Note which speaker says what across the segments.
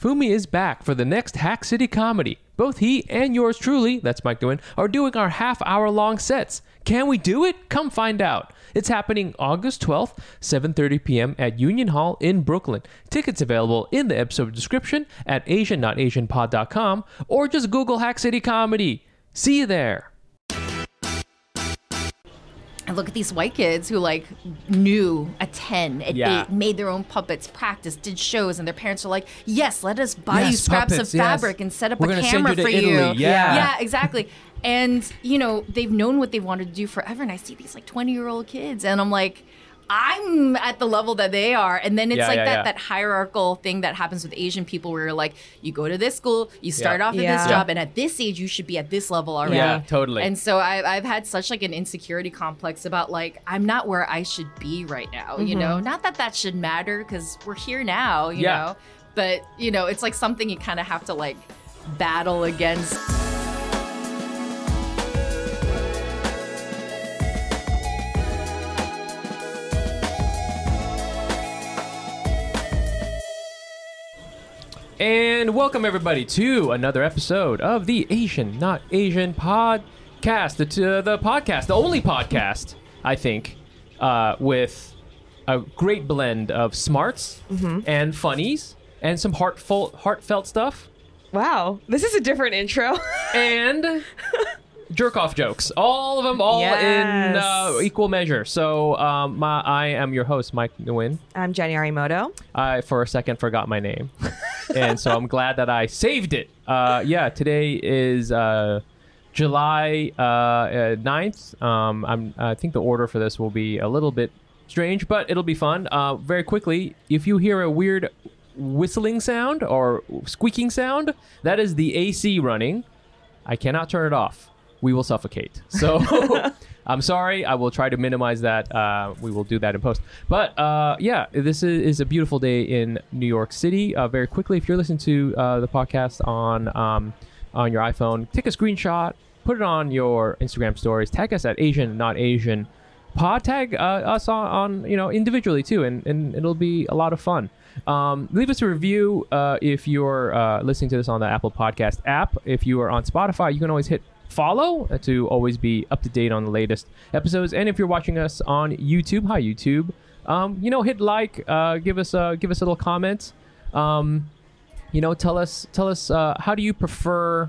Speaker 1: Fumi is back for the next Hack City comedy. Both he and yours truly, that's Mike Nguyen, are doing our half hour long sets. Can we do it? Come find out. It's happening August 12th, 7:30 p.m. at Union Hall in Brooklyn. Tickets available in the episode description at asian.asianpod.com or just Google Hack City comedy. See you there.
Speaker 2: And look at these white kids who like knew at 10 at
Speaker 3: Yeah.
Speaker 2: 8 made their own puppets practiced did shows and their parents were like yes let us buy you
Speaker 3: Yes,
Speaker 2: scraps
Speaker 3: puppets,
Speaker 2: of
Speaker 3: yes.
Speaker 2: fabric and set up
Speaker 3: We're
Speaker 2: a
Speaker 3: gonna send
Speaker 2: camera
Speaker 3: you to
Speaker 2: for
Speaker 3: Italy,
Speaker 2: you
Speaker 3: yeah.
Speaker 2: yeah exactly and you know they've known what they've wanted to do forever and i see these like 20 year old kids and i'm like i'm at the level that they are and then it's
Speaker 1: Yeah,
Speaker 2: like
Speaker 1: yeah,
Speaker 2: that
Speaker 1: yeah.
Speaker 2: that hierarchical thing that happens with asian people where you're like you go to this school you start off at
Speaker 4: Yeah.
Speaker 2: this job and at this age you should be at this level already
Speaker 1: Yeah, totally.
Speaker 2: and so I, I've had such like an insecurity complex about like I'm not where I should be right now. You know, not that that should matter because we're here now. You
Speaker 1: Yeah.
Speaker 2: know, but you know, it's like something you kind of have to like battle against.
Speaker 1: And welcome everybody to another episode of the Asian Not Asian podcast, the to the podcast, the only podcast I think uh, with a great blend of smarts and funnies and some heartful, heartfelt stuff
Speaker 4: Wow, this is a different intro.
Speaker 1: and jerk off jokes. All of them, all in uh,
Speaker 4: Yes.
Speaker 1: equal measure. So um, my, I am your host, Mike Nguyen.
Speaker 4: I'm Jenny Arimoto.
Speaker 1: I, for a second, forgot my name. and so I'm glad that I saved it. Uh, yeah, today is uh, July uh, uh, 9th. Um, I'm, I think the order for this will be a little bit strange, but it'll be fun. Uh, very quickly, if you hear a weird whistling sound or squeaking sound, that is the AC running. I cannot turn it off. We will suffocate. So I'm sorry. I will try to minimize that. Uh, we will do that in post. But uh, yeah, this is, is a beautiful day in New York City. Uh, very quickly, if you're listening to uh, the podcast on um, on your iPhone, take a screenshot, put it on your Instagram stories, tag us at Asian Not Asian pod tag uh, us on, on you know individually too and, and it'll be a lot of fun um, leave us a review uh, if you're uh, listening to this on the apple podcast app if you are on spotify you can always hit follow to always be up to date on the latest episodes and if you're watching us on youtube hi youtube um, you know hit like uh, give us a give us a little comment um, you know tell us tell us uh, how do you prefer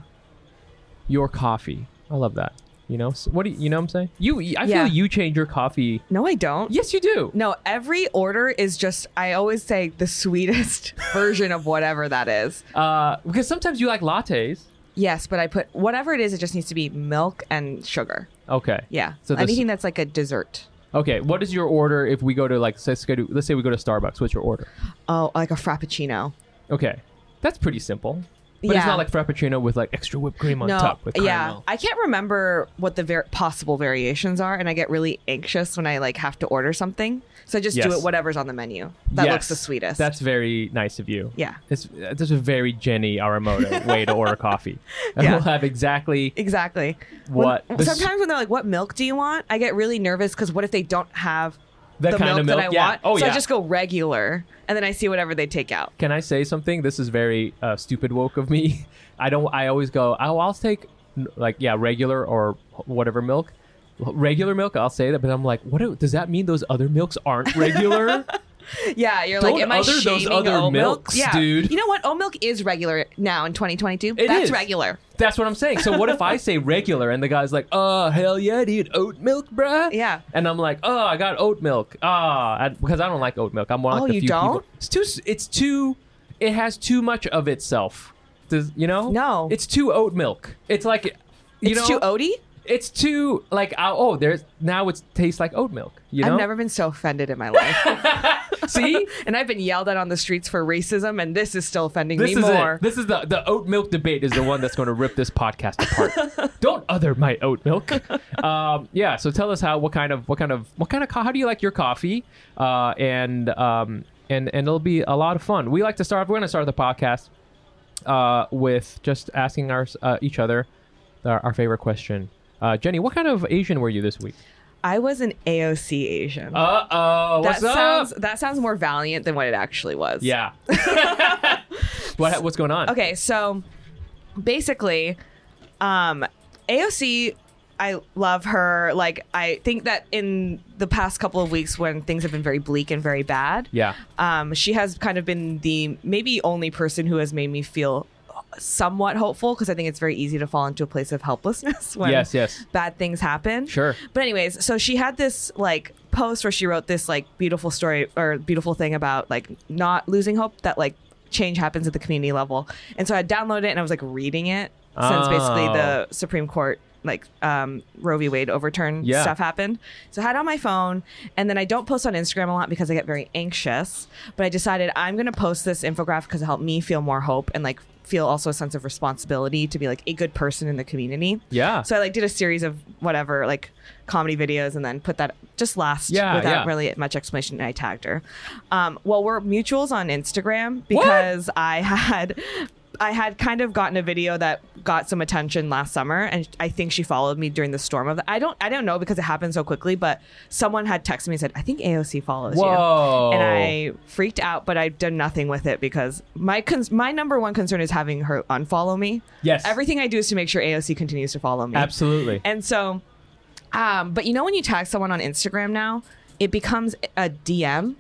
Speaker 1: your coffee i love that you know so what do you, you know what i'm saying you i
Speaker 4: Yeah.
Speaker 1: feel you change your coffee
Speaker 4: No, I don't.
Speaker 1: Yes, you do.
Speaker 4: No, every order is just, I always say the sweetest version of whatever that is.
Speaker 1: Uh, because sometimes you like lattes.
Speaker 4: Yes, but I put whatever it is, it just needs to be milk and sugar.
Speaker 1: Okay.
Speaker 4: Yeah.
Speaker 1: So this-
Speaker 4: anything that's like a dessert.
Speaker 1: Okay. What is your order if we go to like let's go to let's say we go to Starbucks? What's your order?
Speaker 4: Oh, like a frappuccino.
Speaker 1: Okay, that's pretty simple. But it's
Speaker 4: Yeah.
Speaker 1: not like frappuccino with like extra whipped cream on
Speaker 4: no,
Speaker 1: top with
Speaker 4: yeah.
Speaker 1: caramel.
Speaker 4: I can't remember what the ver- possible variations are, and I get really anxious when I like have to order something. So I just do
Speaker 1: Yes.
Speaker 4: it whatever's on the menu that looks
Speaker 1: Yes.
Speaker 4: the sweetest.
Speaker 1: That's very nice of you.
Speaker 4: Yeah.
Speaker 1: It's uh, that's a very Jenny Aramoto way to order coffee. And
Speaker 4: Yeah.
Speaker 1: we'll have exactly
Speaker 4: exactly
Speaker 1: What-
Speaker 4: When,
Speaker 1: this-
Speaker 4: sometimes when they're like, "What milk do you want?" I get really nervous because what if they don't have
Speaker 1: the,
Speaker 4: the
Speaker 1: kind
Speaker 4: milk,
Speaker 1: of milk
Speaker 4: that I
Speaker 1: yeah.
Speaker 4: want?
Speaker 1: Oh
Speaker 4: so
Speaker 1: yeah.
Speaker 4: I just go regular, and then I see whatever they take out.
Speaker 1: Can I say something? This is very uh, stupid woke of me. I don't. I always go. Oh, I'll take n- like yeah, regular or whatever milk. Regular milk, I'll say that, but I'm like, what do- does that mean? Those other milks aren't regular.
Speaker 4: Yeah, you're
Speaker 1: Don't
Speaker 4: like, am I
Speaker 1: other those
Speaker 4: shaming
Speaker 1: other
Speaker 4: oat
Speaker 1: milks,
Speaker 4: Yeah.
Speaker 1: dude.
Speaker 4: You know what? Oat milk is regular now in 2022.
Speaker 1: It
Speaker 4: That's
Speaker 1: is.
Speaker 4: regular.
Speaker 1: That's what I'm saying. So what if I say regular and the guy's like, oh hell yeah, dude, oat milk, bruh.
Speaker 4: Yeah.
Speaker 1: And I'm like, oh, I got oat milk. Ah, I- because I don't like oat milk. I'm one of
Speaker 4: Oh,
Speaker 1: the
Speaker 4: you
Speaker 1: few people.
Speaker 4: don't?
Speaker 1: It's too. s- It's too. It has too much of itself. Does you know?
Speaker 4: No.
Speaker 1: It's too oat milk. It's like, you know,
Speaker 4: it's too oaty.
Speaker 1: it's too like uh, oh there's now it tastes like oat milk you know
Speaker 4: I've never been so offended in my life,
Speaker 1: see
Speaker 4: and I've been yelled at on the streets for racism, and this is still offending
Speaker 1: this is
Speaker 4: me more.
Speaker 1: it this is the the oat milk debate is the one that's going to rip this podcast apart don't other my oat milk um, yeah so tell us how what kind of what kind of what kind of co- how do you like your coffee uh, and um, and and it'll be a lot of fun we like to start we're going to start the podcast uh, with just asking our uh, each other our, our favorite question uh, Jenny what kind of Asian were you this week
Speaker 4: I was an AOC Asian.
Speaker 1: uh oh what's
Speaker 4: that
Speaker 1: up
Speaker 4: sounds that sounds more valiant than what it actually was.
Speaker 1: yeah What, what's going on?
Speaker 4: Okay, so basically, um, AOC, I love her. Like, I think that in the past couple of weeks, when things have been very bleak and very bad,
Speaker 1: Yeah.
Speaker 4: um, she has kind of been the maybe only person who has made me feel somewhat hopeful because I think it's very easy to fall into a place of helplessness when
Speaker 1: Yes, yes.
Speaker 4: bad things happen.
Speaker 1: Sure.
Speaker 4: But anyways, so she had this like post where she wrote this like beautiful story or beautiful thing about like not losing hope that like change happens at the community level. And so I downloaded it and I was like reading it since basically
Speaker 1: Oh.
Speaker 4: the Supreme Court like um, Roe v. Wade overturn
Speaker 1: Yeah.
Speaker 4: stuff happened. So I had it on my phone and then I don't post on Instagram a lot because I get very anxious. But I decided I'm gonna post this infographic because it helped me feel more hope and like feel also a sense of responsibility to be like a good person in the community.
Speaker 1: Yeah.
Speaker 4: So I like did a series of whatever like comedy videos and then put that just last
Speaker 1: Yeah,
Speaker 4: without
Speaker 1: yeah.
Speaker 4: really much explanation and I tagged her. Um, well, we're mutuals on Instagram because I had I had kind of gotten a video that got some attention last summer and I think she followed me during the storm of the, I don't I don't know because it happened so quickly, but someone had texted me and said, I think AOC follows you.
Speaker 1: Whoa.
Speaker 4: And I freaked out, but I've done nothing with it because my cons- my number one concern is having her unfollow me.
Speaker 1: Yes.
Speaker 4: Everything I do is to make sure AOC continues to follow me.
Speaker 1: Absolutely.
Speaker 4: And so, um, but you know when you tag someone on Instagram now, it becomes a DM.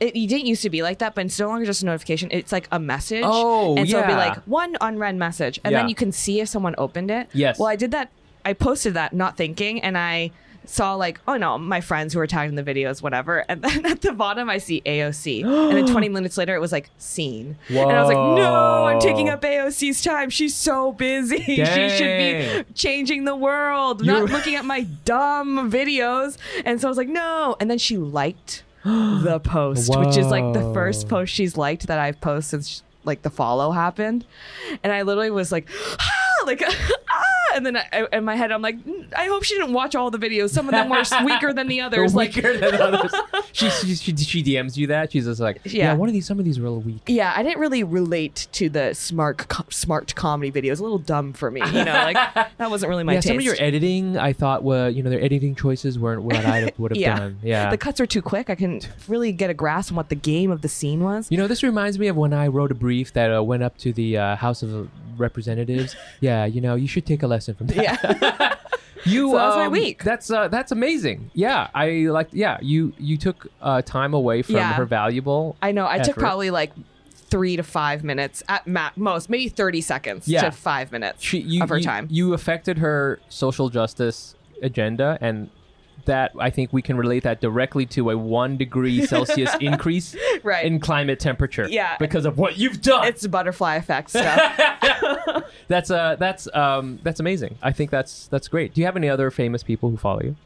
Speaker 4: It, you didn't used to be like that, but it's no longer just a notification. It's like a message.
Speaker 1: Oh,
Speaker 4: and so it'll be
Speaker 1: yeah.
Speaker 4: like one unread message, and
Speaker 1: Yeah.
Speaker 4: then you can see if someone opened it.
Speaker 1: Yes.
Speaker 4: Well, I did that. I posted that not thinking, and I saw like, oh no, my friends who were tagged in the videos, whatever. And then at the bottom, I see AOC, and then 20 minutes later, it was like seen, and I was like, no, I'm taking
Speaker 1: Whoa.
Speaker 4: up AOC's time. She's so busy. she should
Speaker 1: Dang.
Speaker 4: be changing the world,
Speaker 1: You're-
Speaker 4: not looking at my dumb videos. And so I was like, no. And then she liked the post, which is like the first
Speaker 1: Whoa.
Speaker 4: post she's liked that I've posted since like the follow happened. And I literally was like, ah, like, ah. And then I, I- in my head, I'm like, "Mm, I hope she didn't watch all the videos. Some of them were weaker than the
Speaker 1: They're
Speaker 4: others. Like,
Speaker 1: weaker than others. She, she, she, she DMs you that. She's just like, yeah.
Speaker 4: Yeah.
Speaker 1: one of these, some of these are a little weak.
Speaker 4: yeah, I didn't really relate to the smart, co- smart comedy videos. A little dumb for me, you know. Like that wasn't really my
Speaker 1: yeah,
Speaker 4: taste.
Speaker 1: some of your editing, I thought were, you know, their editing choices weren't what I would have
Speaker 4: Yeah.
Speaker 1: done. Yeah.
Speaker 4: the cuts are too quick. I can really get a grasp on what the game of the scene was.
Speaker 1: You know, this reminds me of when I wrote a brief that uh, went up to the uh, House of Representatives. yeah, you know, you should take a lesson from that.
Speaker 4: Yeah.
Speaker 1: You,
Speaker 4: So that was my
Speaker 1: um,
Speaker 4: week.
Speaker 1: That's uh, that's amazing. Yeah, I like. Yeah, you you took uh, time away from
Speaker 4: Yeah.
Speaker 1: her valuable.
Speaker 4: I know. I took
Speaker 1: effort.
Speaker 4: probably like three to five minutes at ma- most, maybe 30 seconds
Speaker 1: Yeah.
Speaker 4: to five minutes
Speaker 1: she, you,
Speaker 4: of her
Speaker 1: you-
Speaker 4: time.
Speaker 1: You affected her social justice agenda, and that I think we can relate that directly to a one degree Celsius increase
Speaker 4: Right.
Speaker 1: in climate temperature.
Speaker 4: Yeah.
Speaker 1: because of what you've done.
Speaker 4: it's butterfly effect stuff.
Speaker 1: that's uh, that's um, that's amazing. I think that's that's great. Do you have any other famous people who follow you?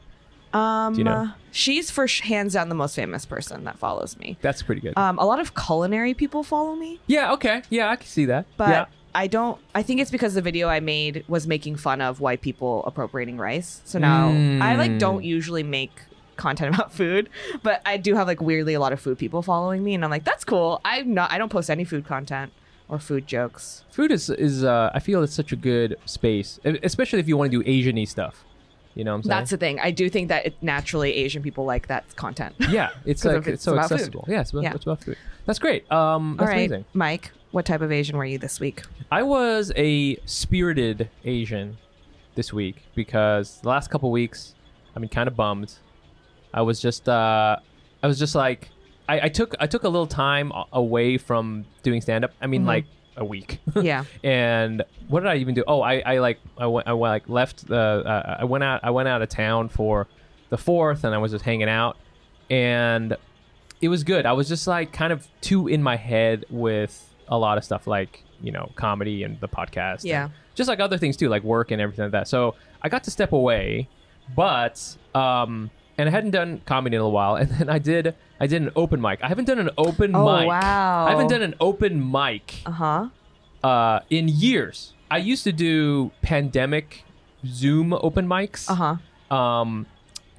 Speaker 4: um,
Speaker 1: you know?
Speaker 4: uh, she's for sh- hands down the most famous person that follows me.
Speaker 1: That's pretty good.
Speaker 4: Um, a lot of culinary people follow me,
Speaker 1: yeah. Okay. Yeah, I can see that.
Speaker 4: but
Speaker 1: yeah.
Speaker 4: I don't. I think it's because the video I made was making fun of white people appropriating rice. So now I like
Speaker 1: Mm.
Speaker 4: don't usually make content about food, but I do have like weirdly a lot of food people following me, and I'm like, that's cool. I'm not. I don't post any food content or food jokes.
Speaker 1: food is is uh, I feel it's such a good space, e- especially if you want to do Asian-y stuff. You know what I'm saying?
Speaker 4: That's the thing. I do think that it, naturally Asian people like that content.
Speaker 1: yeah, it's
Speaker 4: 'Cause
Speaker 1: like
Speaker 4: if
Speaker 1: it's,
Speaker 4: it's
Speaker 1: so
Speaker 4: about food.
Speaker 1: accessible. Yeah, it's about,
Speaker 4: Yeah.
Speaker 1: it's about food. That's great. Um,
Speaker 4: All
Speaker 1: that's
Speaker 4: right,
Speaker 1: amazing.
Speaker 4: Mike. What type of Asian were you this week?
Speaker 1: I was a spirited Asian this week because the last couple weeks, I mean, kind of bummed. I was just, uh, I was just like, I, I took I took a little time a- away from doing stand up. I mean, like a week.
Speaker 4: Mm-hmm. Yeah.
Speaker 1: and what did I even do? Oh, I, I like I went, I went, like left the uh, I went out I went out of town for the fourth, and I was just hanging out, and it was good. I was just like kind of too in my head with a lot of stuff, like you know, comedy and the podcast, and
Speaker 4: Yeah.
Speaker 1: just like other things too, like work and everything like that. So I got to step away, but um, and I hadn't done comedy in a while, and then I did I did an open mic. I haven't done an open
Speaker 4: Oh,
Speaker 1: mic.
Speaker 4: wow.
Speaker 1: I haven't done an open mic
Speaker 4: Uh huh.
Speaker 1: uh, in years. I used to do pandemic Zoom open mics.
Speaker 4: Uh huh.
Speaker 1: Um,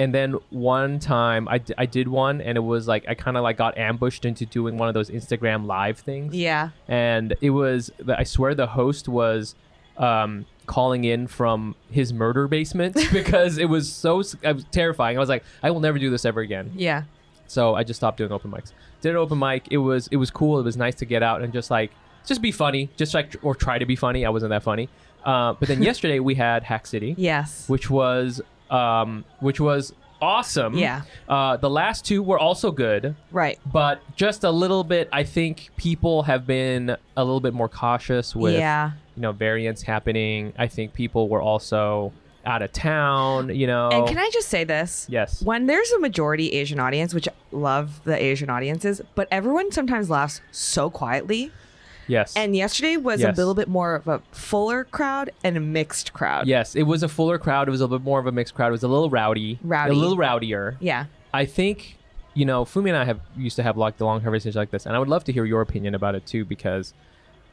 Speaker 1: and then one time I, d- I did one and it was like I kind of like got ambushed into doing one of those Instagram live things.
Speaker 4: Yeah.
Speaker 1: And it was the- I swear the host was um, calling in from his murder basement because it was so s- I was terrifying. I was like I will never do this ever again.
Speaker 4: Yeah.
Speaker 1: So I just stopped doing open mics. Did an open mic. It was it was cool. It was nice to get out and just like just be funny, just like or try to be funny. I wasn't that funny. Uh, but then yesterday we had Hack City,
Speaker 4: Yes.
Speaker 1: which was um, which was awesome.
Speaker 4: Yeah.
Speaker 1: Uh, the last two were also good,
Speaker 4: Right.
Speaker 1: but just a little bit. I think people have been a little bit more cautious with
Speaker 4: yeah.
Speaker 1: you know variants happening. I think people were also out of town. You know.
Speaker 4: And can I just say this?
Speaker 1: Yes.
Speaker 4: When there's a majority Asian audience, which love the Asian audiences, but everyone sometimes laughs so quietly.
Speaker 1: yes.
Speaker 4: And yesterday was
Speaker 1: Yes.
Speaker 4: a little bit more of a fuller crowd and a mixed crowd.
Speaker 1: Yes, it was a fuller crowd. It was a little bit more of a mixed crowd. It was a little rowdy,
Speaker 4: Rowdy.
Speaker 1: a little rowdier.
Speaker 4: Yeah.
Speaker 1: I think, you know, Fumi and I have used to have like the long conversations like this, and I would love to hear your opinion about it too, because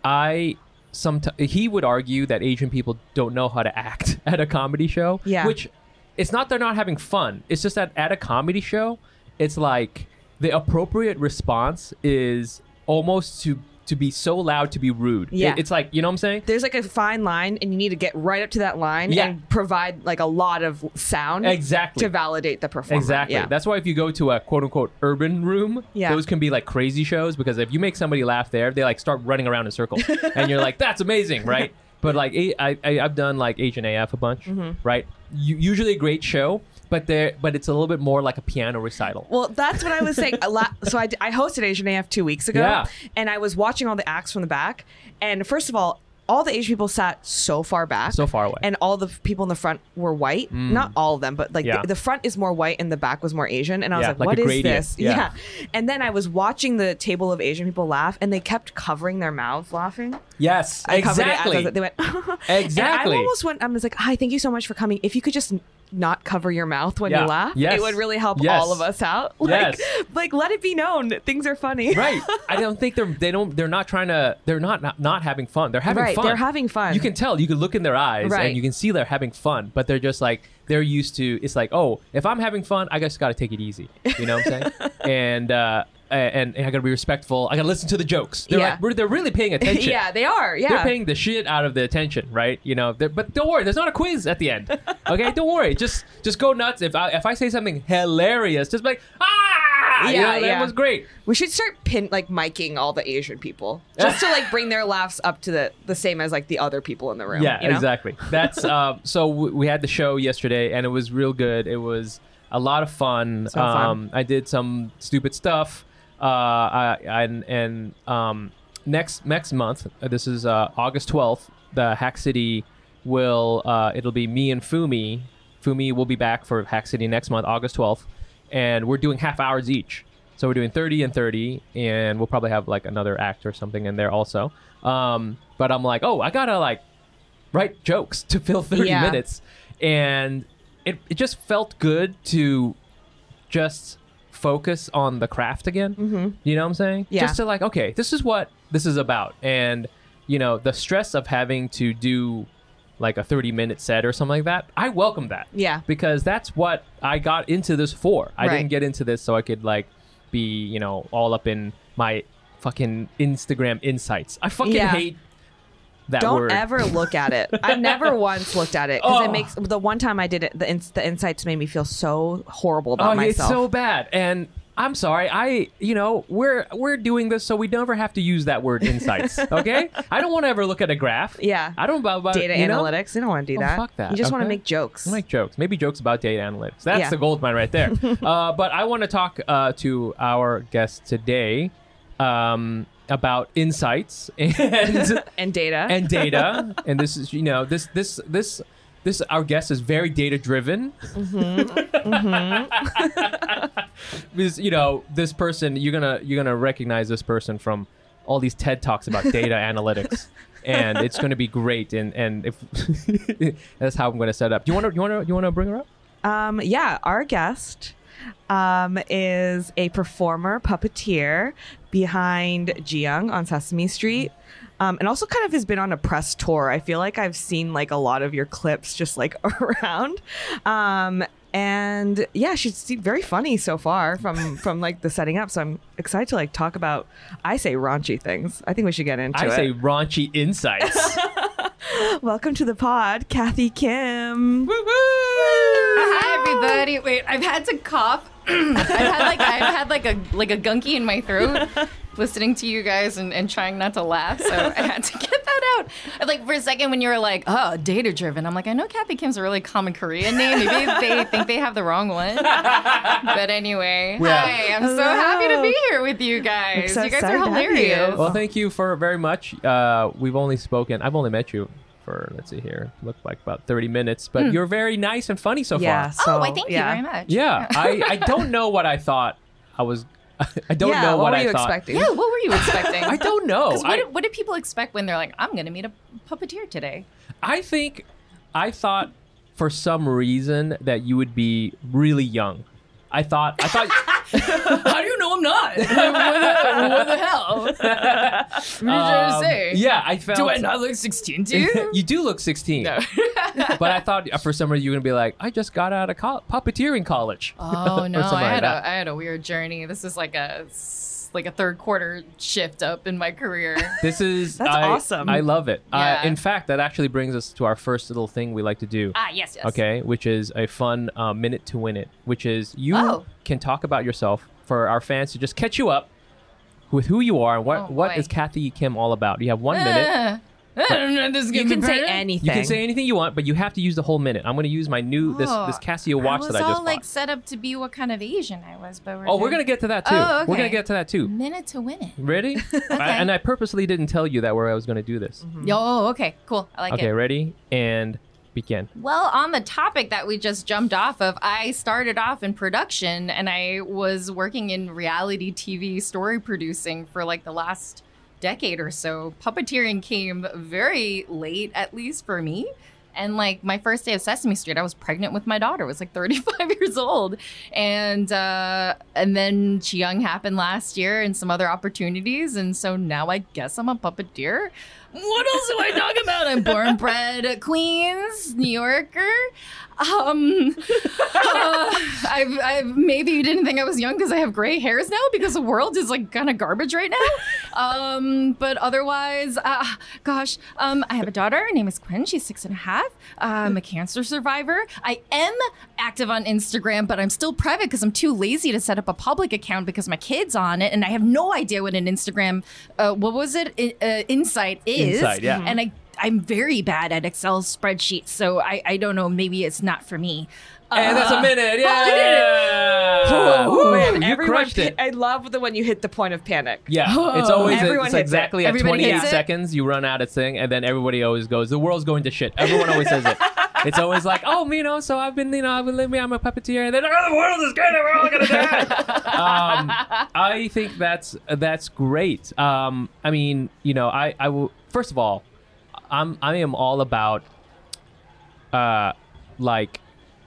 Speaker 1: I sometimes he would argue that Asian people don't know how to act at a comedy show.
Speaker 4: Yeah.
Speaker 1: which it's not they're not having fun. It's just that at a comedy show, it's like the appropriate response is almost to to be so loud to be rude.
Speaker 4: Yeah.
Speaker 1: It- it's like you know what I'm saying.
Speaker 4: There's like a fine line, and you need to get right up to that line
Speaker 1: Yeah.
Speaker 4: and provide like a lot of sound
Speaker 1: Exactly.
Speaker 4: to validate the performance.
Speaker 1: Exactly.
Speaker 4: Yeah.
Speaker 1: That's why if you go to a quote unquote urban room,
Speaker 4: Yeah.
Speaker 1: those can be like crazy shows because if you make somebody laugh there, they like start running around in circles, and you're like, that's amazing, right? But like A- I, I I've done like Asian AF a bunch,
Speaker 4: Mm-hmm.
Speaker 1: right? U- usually a great show, but there but it's a little bit more like a piano recital.
Speaker 4: Well, that's what I was saying. A lot, so I, d- I hosted Asian AF two weeks ago,
Speaker 1: Yeah.
Speaker 4: and I was watching all the acts from the back. And first of all, all the Asian people sat so far back,
Speaker 1: So far away. Mm.
Speaker 4: and all the f- people in the front were white. Not all of them, but like
Speaker 1: Yeah.
Speaker 4: the, the front is more white, and the back was more Asian. And I was
Speaker 1: Yeah,
Speaker 4: like,
Speaker 1: like
Speaker 4: "What
Speaker 1: a
Speaker 4: is
Speaker 1: gradient.
Speaker 4: this?"
Speaker 1: Yeah.
Speaker 4: And then I was watching the table of Asian people laugh, and they kept covering their mouths, laughing.
Speaker 1: yes,
Speaker 4: I covered it.
Speaker 1: exactly.
Speaker 4: I- They went
Speaker 1: Exactly.
Speaker 4: And I almost went. I was like, "Hi, thank you so much for coming. If you could just n- not cover your mouth when
Speaker 1: Yeah.
Speaker 4: you laugh,
Speaker 1: Yes.
Speaker 4: it would really help
Speaker 1: Yes.
Speaker 4: all of us out. Like,
Speaker 1: Yes.
Speaker 4: like let it be known that things are funny.
Speaker 1: right. I don't think they're they don't they're not trying to they're not not, not having fun. They're having
Speaker 4: Right,
Speaker 1: fun.
Speaker 4: they're having fun.
Speaker 1: You can tell. You can look in their eyes
Speaker 4: Right.
Speaker 1: and you can see they're having fun, but they're just like they're used to it's like, "Oh, if I'm having fun, I just got to take it easy." You know what I'm saying? and uh and, and I got to be respectful. I got to listen to the jokes. They're
Speaker 4: Yeah.
Speaker 1: like, we're- they're really paying attention.
Speaker 4: yeah, they are.
Speaker 1: They're
Speaker 4: Yeah,
Speaker 1: paying the shit out of the attention, right? You know, they're- but don't worry, there's not a quiz at the end. Okay, don't worry. Just just go nuts. If I if I say something hilarious, just be like ah, You
Speaker 4: Yeah,
Speaker 1: know, that
Speaker 4: yeah.
Speaker 1: was great.
Speaker 4: we should start pin like miking all the Asian people just to like bring their laughs up to the the same as like the other people in the room.
Speaker 1: Yeah,
Speaker 4: you know?
Speaker 1: exactly. That's um, so w- we had the show yesterday, and it was real good. It was a lot of fun.
Speaker 4: So fun.
Speaker 1: Um, I did some stupid stuff. Uh, I, I- and and um, next next month, uh, this is uh, August twelfth. The Hack City will uh, it'll be me and Fumi. Fumi will be back for Hack City next month, August twelfth, and we're doing half hours each. So we're doing 30 and 30, and we'll probably have like another act or something in there also. Um, but I'm like, oh, I gotta like write jokes to fill 30
Speaker 4: Yeah.
Speaker 1: minutes and it, it just felt good to just focus on the craft again you know what i'm saying
Speaker 4: Mm-hmm. Yeah.
Speaker 1: just to like okay this is what this is about and you know the stress of having to do like a 30 minute set or something like that i welcome that
Speaker 4: Yeah.
Speaker 1: because that's what i got into this for i
Speaker 4: Right.
Speaker 1: didn't get into this so i could like be you know all up in my fucking instagram insights i fucking
Speaker 4: Yeah.
Speaker 1: hate that
Speaker 4: Don't
Speaker 1: word
Speaker 4: ever look at it. I never once looked at it because
Speaker 1: Oh.
Speaker 4: it makes the one time I did it, the ins- the insights made me feel so horrible about
Speaker 1: Oh, yeah,
Speaker 4: myself.
Speaker 1: It's so bad. And I'm sorry. I, you know, we're we're doing this so we never have to use that word insights. Okay. I don't want to ever look at a graph.
Speaker 4: Yeah.
Speaker 1: I don't about, about
Speaker 4: data
Speaker 1: you know?
Speaker 4: analytics. They don't want to do
Speaker 1: Oh,
Speaker 4: that.
Speaker 1: fuck that,
Speaker 4: You just want to
Speaker 1: okay?
Speaker 4: make jokes.
Speaker 1: I like jokes. Maybe jokes about data analytics. That's
Speaker 4: Yeah.
Speaker 1: the gold mine right there. uh, but I want to talk uh, to our guest today um, about insights and
Speaker 4: and data.
Speaker 1: and data and this is you know this this this this our guest is very data driven because you know this person you're gonna you're gonna recognize this person from all these ted talks about data analytics and it's gonna be great and and if that's how i'm gonna set up do you want to you want to you want to bring her up
Speaker 4: um, yeah, our guest um, is a performer, puppeteer behind Jiyoung on Sesame Street. Um, and also kind of has been on a press tour. I feel like I've seen like a lot of your clips just like around. Um, and yeah, she's se- very funny so far from from like the setting up. So I'm excited to like talk about I say raunchy things. I think we should get into
Speaker 1: i
Speaker 4: it.
Speaker 1: say raunchy insights
Speaker 4: Welcome to the pod, Kathy Kim.
Speaker 2: Hi everybody. Wait, I've had to cough. I've had like I've had like a like a gunky in my throat listening to you guys and, and trying not to laugh. So I had to get that out. And, Like for a second, when you were like, "Oh, data driven," I'm like, I know Kathy Kim's a really common Korean name. Maybe they think they have the wrong one. But anyway,
Speaker 1: Yeah.
Speaker 2: hi. I'm so happy to be here with you guys.
Speaker 4: so
Speaker 2: you guys
Speaker 4: excited
Speaker 2: are
Speaker 4: to have you.
Speaker 2: hilarious.
Speaker 1: Well, thank you for very much. Uh, we've only spoken. I've only met you for let's see here. Looked like about thirty minutes,
Speaker 4: Hmm.
Speaker 1: but you're very nice and funny so
Speaker 4: Yeah.
Speaker 1: far.
Speaker 2: oh,
Speaker 4: so,
Speaker 2: I thank
Speaker 4: yeah.
Speaker 2: you very much.
Speaker 1: Yeah, I, I don't know what I thought. I was. I don't
Speaker 4: yeah,
Speaker 1: know
Speaker 4: what,
Speaker 1: what,
Speaker 4: were
Speaker 1: I
Speaker 4: you
Speaker 1: thought.
Speaker 4: expecting?
Speaker 2: Yeah, Oh, what were you expecting?
Speaker 1: I don't know.
Speaker 2: 'Cause what,
Speaker 1: I,
Speaker 2: do- what do people expect when they're like, I'm going to meet a puppeteer today?
Speaker 1: I think I thought for some reason that you would be really young. I thought I thought
Speaker 2: How do you know I'm not? what, the, what the hell? What did
Speaker 1: um, Yeah, I felt
Speaker 2: look 16 to
Speaker 1: you do look 16. but I thought uh, for some reason you were going to be like, I just got out of col- puppeteering college.
Speaker 2: oh
Speaker 1: something
Speaker 2: no, I
Speaker 1: like
Speaker 2: had
Speaker 1: that.
Speaker 2: a I had a weird journey. This is like a s- like a third quarter shift up in my career.
Speaker 1: This is
Speaker 4: That's
Speaker 1: I-
Speaker 4: awesome.
Speaker 1: I love it.
Speaker 2: Yeah.
Speaker 1: Uh, in fact, that actually brings us to our first little thing we like to do.
Speaker 2: ah, yes, yes.
Speaker 1: Okay, which is a fun uh, minute to win it, which is you
Speaker 2: Oh.
Speaker 1: can talk about yourself for our fans to just catch you up with who you are and what
Speaker 2: Oh,
Speaker 1: what
Speaker 2: boy.
Speaker 1: is Kathy Kim all about. You have one minute.
Speaker 2: Ah, I don't know if this is
Speaker 4: You
Speaker 2: gonna
Speaker 4: can
Speaker 2: be
Speaker 4: say
Speaker 2: permanent.
Speaker 4: anything.
Speaker 1: You can say anything you want, but you have to use the whole minute. I'm going to use my new this
Speaker 2: Oh,
Speaker 1: this Casio watch
Speaker 2: I was
Speaker 1: that I
Speaker 2: all
Speaker 1: just
Speaker 2: like
Speaker 1: bought.
Speaker 2: set up to be what kind of Asian I was, but we're
Speaker 1: Oh, we're gonna get to that too.
Speaker 2: Oh,
Speaker 1: We're gonna
Speaker 2: okay.
Speaker 1: get to that too.
Speaker 2: minute to win it.
Speaker 1: Ready? I, and I purposely didn't tell you that where I was going to do this.
Speaker 2: Oh, okay, cool. I like
Speaker 1: Mm-hmm. Okay,
Speaker 2: it.
Speaker 1: ready and begin.
Speaker 2: Well, on the topic that we just jumped off of, I started off in production and I was working in reality TV story producing for like the last decade or so. Puppeteering came very late, at least for me. And like my first day of Sesame Street, I was pregnant with my daughter. I was like 35 years old, and uh, and then Chiyoung happened last year, and some other opportunities, and so now I guess I'm a puppeteer. What else do I talk about? I'm born and bred Queens, New Yorker. Um, uh, I've, I've maybe you didn't think I was young because I have gray hairs now because the world is like kind of garbage right now. Um, but otherwise, uh, gosh, um, I have a daughter. Her name is Quinn. She's six and a half. I'm a cancer survivor. I am active on Instagram, but I'm still private because I'm too lazy to set up a public account because my kid's on it, and I have no idea what an Instagram, uh, what was it, I- uh, insight is.
Speaker 1: Insight, yeah.
Speaker 2: And I. I'm very bad at Excel spreadsheets, so I, I don't know. Maybe it's not for me. Uh,
Speaker 1: and that's a minute.
Speaker 2: I did
Speaker 1: Yeah.
Speaker 4: Oh, man,
Speaker 1: you
Speaker 4: everyone
Speaker 1: crushed it.
Speaker 4: pa- I love the when you hit the point of panic.
Speaker 1: Yeah, it's always
Speaker 4: Everyone
Speaker 1: it's
Speaker 4: hits it.
Speaker 1: exactly at
Speaker 2: Everybody
Speaker 1: 28
Speaker 2: hits it.
Speaker 1: seconds you run out of thing, and then everybody always goes, "The world's going to shit." Everyone always says it. It's always like, "Oh, you know, so I've been, you know, I've been living, I'm a puppeteer," and then, "Oh, the world is going, we're all gonna die." um, I think that's that's great. Um, I mean, you know, I I will first of all, I'm I am all about, uh, like,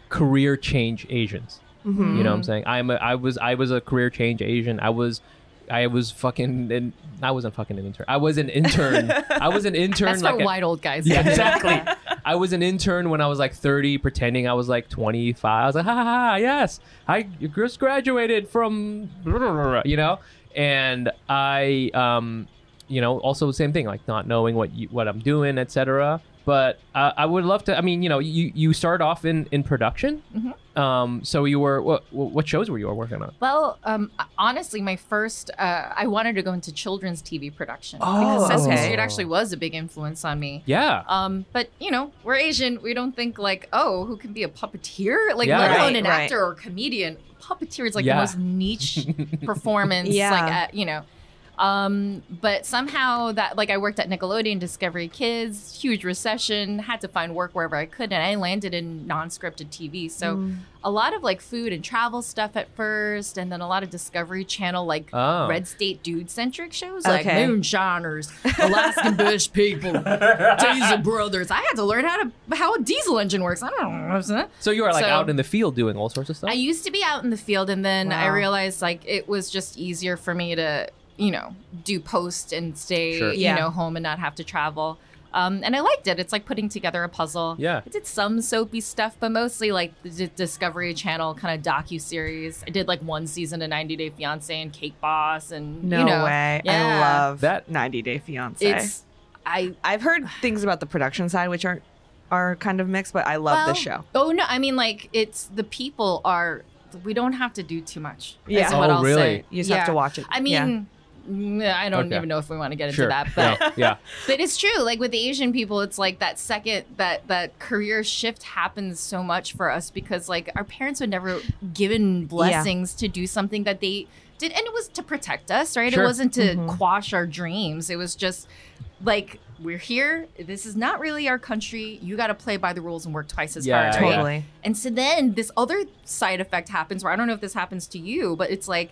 Speaker 1: career change Asians.
Speaker 2: Mm-hmm.
Speaker 1: You know what I'm saying? I'm a, I was I was a career change Asian. I was I was fucking in, I wasn't fucking an intern. I was an intern. I was an intern
Speaker 2: That's
Speaker 1: like
Speaker 2: for
Speaker 1: a-
Speaker 2: white old guys.
Speaker 1: yeah, exactly. I was an intern when I was like 30, pretending I was like 25. I was like, ha ha, ha yes, I just graduated from, you know, and I, um, you know, also the same thing, like not knowing what you, what I'm doing, etc. But uh, I would love to. I mean, you know, you you start off in in production.
Speaker 2: Mm-hmm.
Speaker 1: Um, so you were what what shows were you working on?
Speaker 2: Well, um, honestly, my first, uh, I wanted to go into children's TV production
Speaker 4: Oh,
Speaker 2: because Sesame
Speaker 4: okay.
Speaker 2: Street actually was a big influence on me.
Speaker 1: Yeah.
Speaker 2: Um, but you know, we're Asian. We don't think like, oh, who can be a puppeteer? Like,
Speaker 1: Yeah.
Speaker 2: let alone
Speaker 4: Right,
Speaker 2: an
Speaker 4: right.
Speaker 2: actor or comedian. Puppeteer is like
Speaker 1: Yeah.
Speaker 2: the most niche performance.
Speaker 4: Yeah.
Speaker 2: Like, at, you know. Um, but somehow that like I worked at Nickelodeon, Discovery Kids, huge recession, had to find work wherever I could, and I landed in non-scripted TV. So
Speaker 4: Mm.
Speaker 2: a lot of like food and travel stuff at first, and then a lot of Discovery Channel like
Speaker 1: Oh.
Speaker 2: Red State dude centric shows
Speaker 4: Okay.
Speaker 2: like Moonshiners, Alaskan Bush people, Diesel Brothers. I had to learn how to how a diesel engine works. I don't know. what I'm saying.
Speaker 1: So you were like
Speaker 2: so-
Speaker 1: out in the field doing all sorts of stuff.
Speaker 2: I used to be out in the field, and then I
Speaker 4: Wow.
Speaker 2: realized like it was just easier for me to you know do post and stay
Speaker 1: Sure.
Speaker 2: you
Speaker 4: Yeah.
Speaker 2: know home and not have to travel. Um, and I liked it. It's like putting together a puzzle.
Speaker 1: Yeah.
Speaker 2: I did some soapy stuff, but mostly like the D- Discovery Channel kind of docu series. I did like one season of 90 Day Fiance and Cake Boss, and
Speaker 4: No
Speaker 2: you know,
Speaker 4: way.
Speaker 2: yeah.
Speaker 4: I love
Speaker 1: That-
Speaker 4: that 90 Day Fiance.
Speaker 2: It's I
Speaker 4: I've heard things about the production side which aren't are kind of mixed, but I love
Speaker 2: well,
Speaker 4: this show.
Speaker 2: Oh no, I mean like it's the people are we don't have to do too much.
Speaker 4: Yeah.
Speaker 2: Is what
Speaker 1: Oh,
Speaker 2: I'll
Speaker 1: really?
Speaker 2: say.
Speaker 4: You just have
Speaker 2: Yeah.
Speaker 4: to watch it.
Speaker 2: I
Speaker 4: Yeah.
Speaker 2: mean mm, I don't
Speaker 1: Okay.
Speaker 2: even know if we want to get into
Speaker 1: sure.
Speaker 2: that, but
Speaker 1: No, yeah.
Speaker 2: but it's true. Like with the Asian people, it's like that second that that career shift happens so much for us because like our parents were never given blessings to do something that they did, and it was to protect us, right?
Speaker 1: Sure.
Speaker 2: It wasn't to
Speaker 4: Mhm.
Speaker 2: quash our dreams. It was just like we're here. This is not really our country. You got to play by the rules and work twice as
Speaker 1: Yeah,
Speaker 2: hard, right?
Speaker 1: yeah.
Speaker 4: Totally.
Speaker 2: And so then this other side effect happens where I don't know if this happens to you, but it's like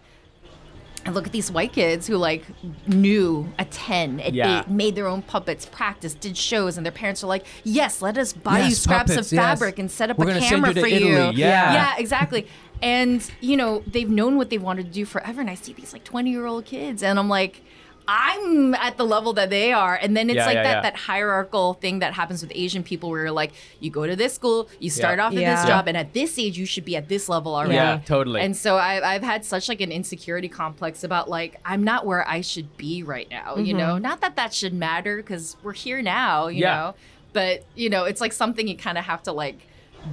Speaker 2: I look at these white kids who like knew at 10, at
Speaker 1: Yeah.
Speaker 2: 8, made their own puppets, practiced, did shows, and their parents are like, yes, let us buy you
Speaker 1: Yes,
Speaker 2: scraps
Speaker 1: puppets,
Speaker 2: of
Speaker 1: yes.
Speaker 2: fabric and set up
Speaker 1: We're
Speaker 2: a
Speaker 1: gonna send
Speaker 2: camera
Speaker 1: you to
Speaker 2: for
Speaker 1: Italy.
Speaker 2: you.
Speaker 1: Yeah.
Speaker 2: yeah, exactly. And, you know, they've known what they wanted to do forever. And I see these like 20 year old kids, and I'm like, I'm at the level that they are. And then it's
Speaker 1: Yeah,
Speaker 2: like
Speaker 1: yeah,
Speaker 2: that,
Speaker 1: yeah.
Speaker 2: that hierarchical thing that happens with Asian people where you're like, you go to this school, you start
Speaker 1: Yeah.
Speaker 2: off at
Speaker 4: Yeah.
Speaker 2: this job, and at this age, you should be at this level already.
Speaker 1: Yeah, totally.
Speaker 2: And so I, I've had such like an insecurity complex about like, I'm not where I should be right now, you
Speaker 4: Mhm.
Speaker 2: know? Not that that should matter because we're here now, you
Speaker 1: Yeah.
Speaker 2: know? But, you know, it's like something you kind of have to like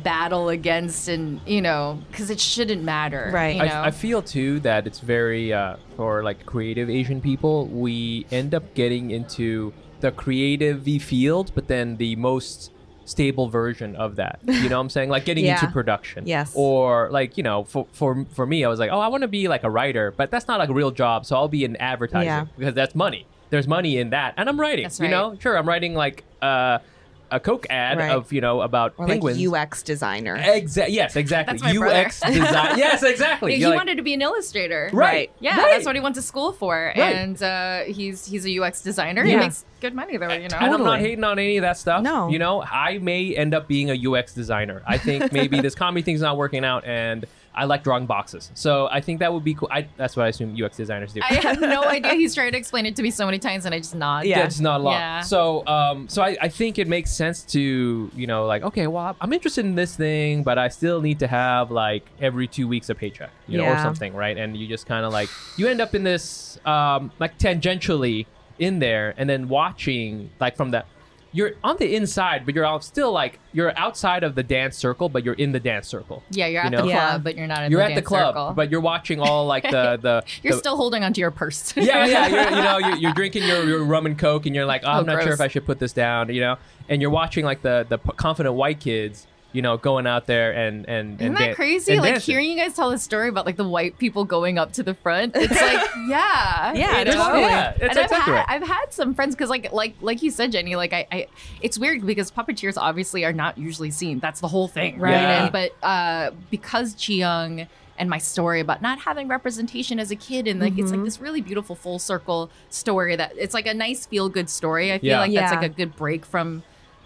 Speaker 2: battle against and, you know, because it shouldn't matter.
Speaker 4: Right.
Speaker 2: You know?
Speaker 1: I, I feel too that it's very uh, for like creative Asian people. We end up getting into the creative V field, but then the most stable version of that. You know what I'm saying? Like getting
Speaker 4: Yeah.
Speaker 1: into production.
Speaker 4: Yes.
Speaker 1: Or like you know, for for for me, I was like, oh, I want to be like a writer, but that's not like a real job, so I'll be in advertising
Speaker 4: Yeah.
Speaker 1: because that's money. There's money in that, and I'm writing.
Speaker 2: That's
Speaker 1: You
Speaker 2: right.
Speaker 1: know, sure, I'm writing like uh, a Coke ad
Speaker 4: Right.
Speaker 1: of you know about
Speaker 4: Or
Speaker 1: penguins. Eh,
Speaker 4: like UX designer.
Speaker 1: Exactly. Yes, exactly.
Speaker 2: That's my brother.
Speaker 1: UX design. Yes, exactly.
Speaker 2: he
Speaker 1: You're like-
Speaker 2: wanted to be an illustrator.
Speaker 1: Right.
Speaker 2: Yeah,
Speaker 1: Right.
Speaker 2: that's what he went to school for,
Speaker 1: Right.
Speaker 2: and uh, he's he's a UX designer. He
Speaker 4: Yeah.
Speaker 2: makes good money though, you know.
Speaker 1: And I'm not
Speaker 4: Totally.
Speaker 1: hating on any of that stuff.
Speaker 4: No.
Speaker 1: You know, I may end up being a UX designer. I think maybe this comedy thing's not working out and I like drawing boxes. So I think that would be cool. I, that's what I assume UX designers do.
Speaker 2: I have no idea. He's tried to explain it to me so many times, and I just nod.
Speaker 4: Yeah.
Speaker 1: That's not a lot.
Speaker 2: Yeah.
Speaker 1: So, um, so I, I think it makes sense to you know like okay, well I'm interested in this thing, but I still need to have like every two weeks a paycheck, you know, or
Speaker 4: Yeah.
Speaker 1: something, right? And you just kind of like you end up in this um, like tangentially in there, and then watching like from that you're on the inside, but you're out still like you're outside of the dance circle, but you're in the dance circle.
Speaker 2: Yeah, you're
Speaker 1: You
Speaker 2: at
Speaker 1: know?
Speaker 2: the club,
Speaker 4: Yeah.
Speaker 2: but you're not at
Speaker 1: You're
Speaker 2: the
Speaker 1: at the
Speaker 2: dance
Speaker 1: club,
Speaker 2: circle.
Speaker 1: but you're watching all like the the
Speaker 2: you're
Speaker 1: the-
Speaker 2: still holding onto your purse.
Speaker 1: yeah, yeah. You're, you know, you're, you're drinking your, your rum and coke, and you're like, oh, I'm
Speaker 2: Oh,
Speaker 1: not sure
Speaker 2: gross.
Speaker 1: if I should put this down, you know. And you're watching like the the p- confident white kids, you know, going out there and and
Speaker 2: Isn't
Speaker 1: and
Speaker 2: that
Speaker 1: dan-
Speaker 2: crazy?
Speaker 1: and
Speaker 2: like
Speaker 1: dancing.
Speaker 2: hearing you guys tell the story about like the white people going up to the front. It's like, yeah,
Speaker 4: Yeah,
Speaker 2: you
Speaker 4: that's
Speaker 2: know?
Speaker 4: right.
Speaker 1: Yeah, that's
Speaker 2: and I've
Speaker 1: exactly
Speaker 2: had
Speaker 1: right.
Speaker 2: I've had some friends because like like like you said, Jenny. Like I, I, it's weird because puppeteers obviously are not usually seen. That's the whole thing, right?
Speaker 1: Yeah.
Speaker 2: And, but uh, because Chiyoung and my story about not having representation as a kid, and like it's
Speaker 1: Mm-hmm.
Speaker 2: like this really beautiful full circle story that it's like a nice feel good story. I feel
Speaker 1: Yeah.
Speaker 2: like that's
Speaker 4: Yeah.
Speaker 2: like a good break from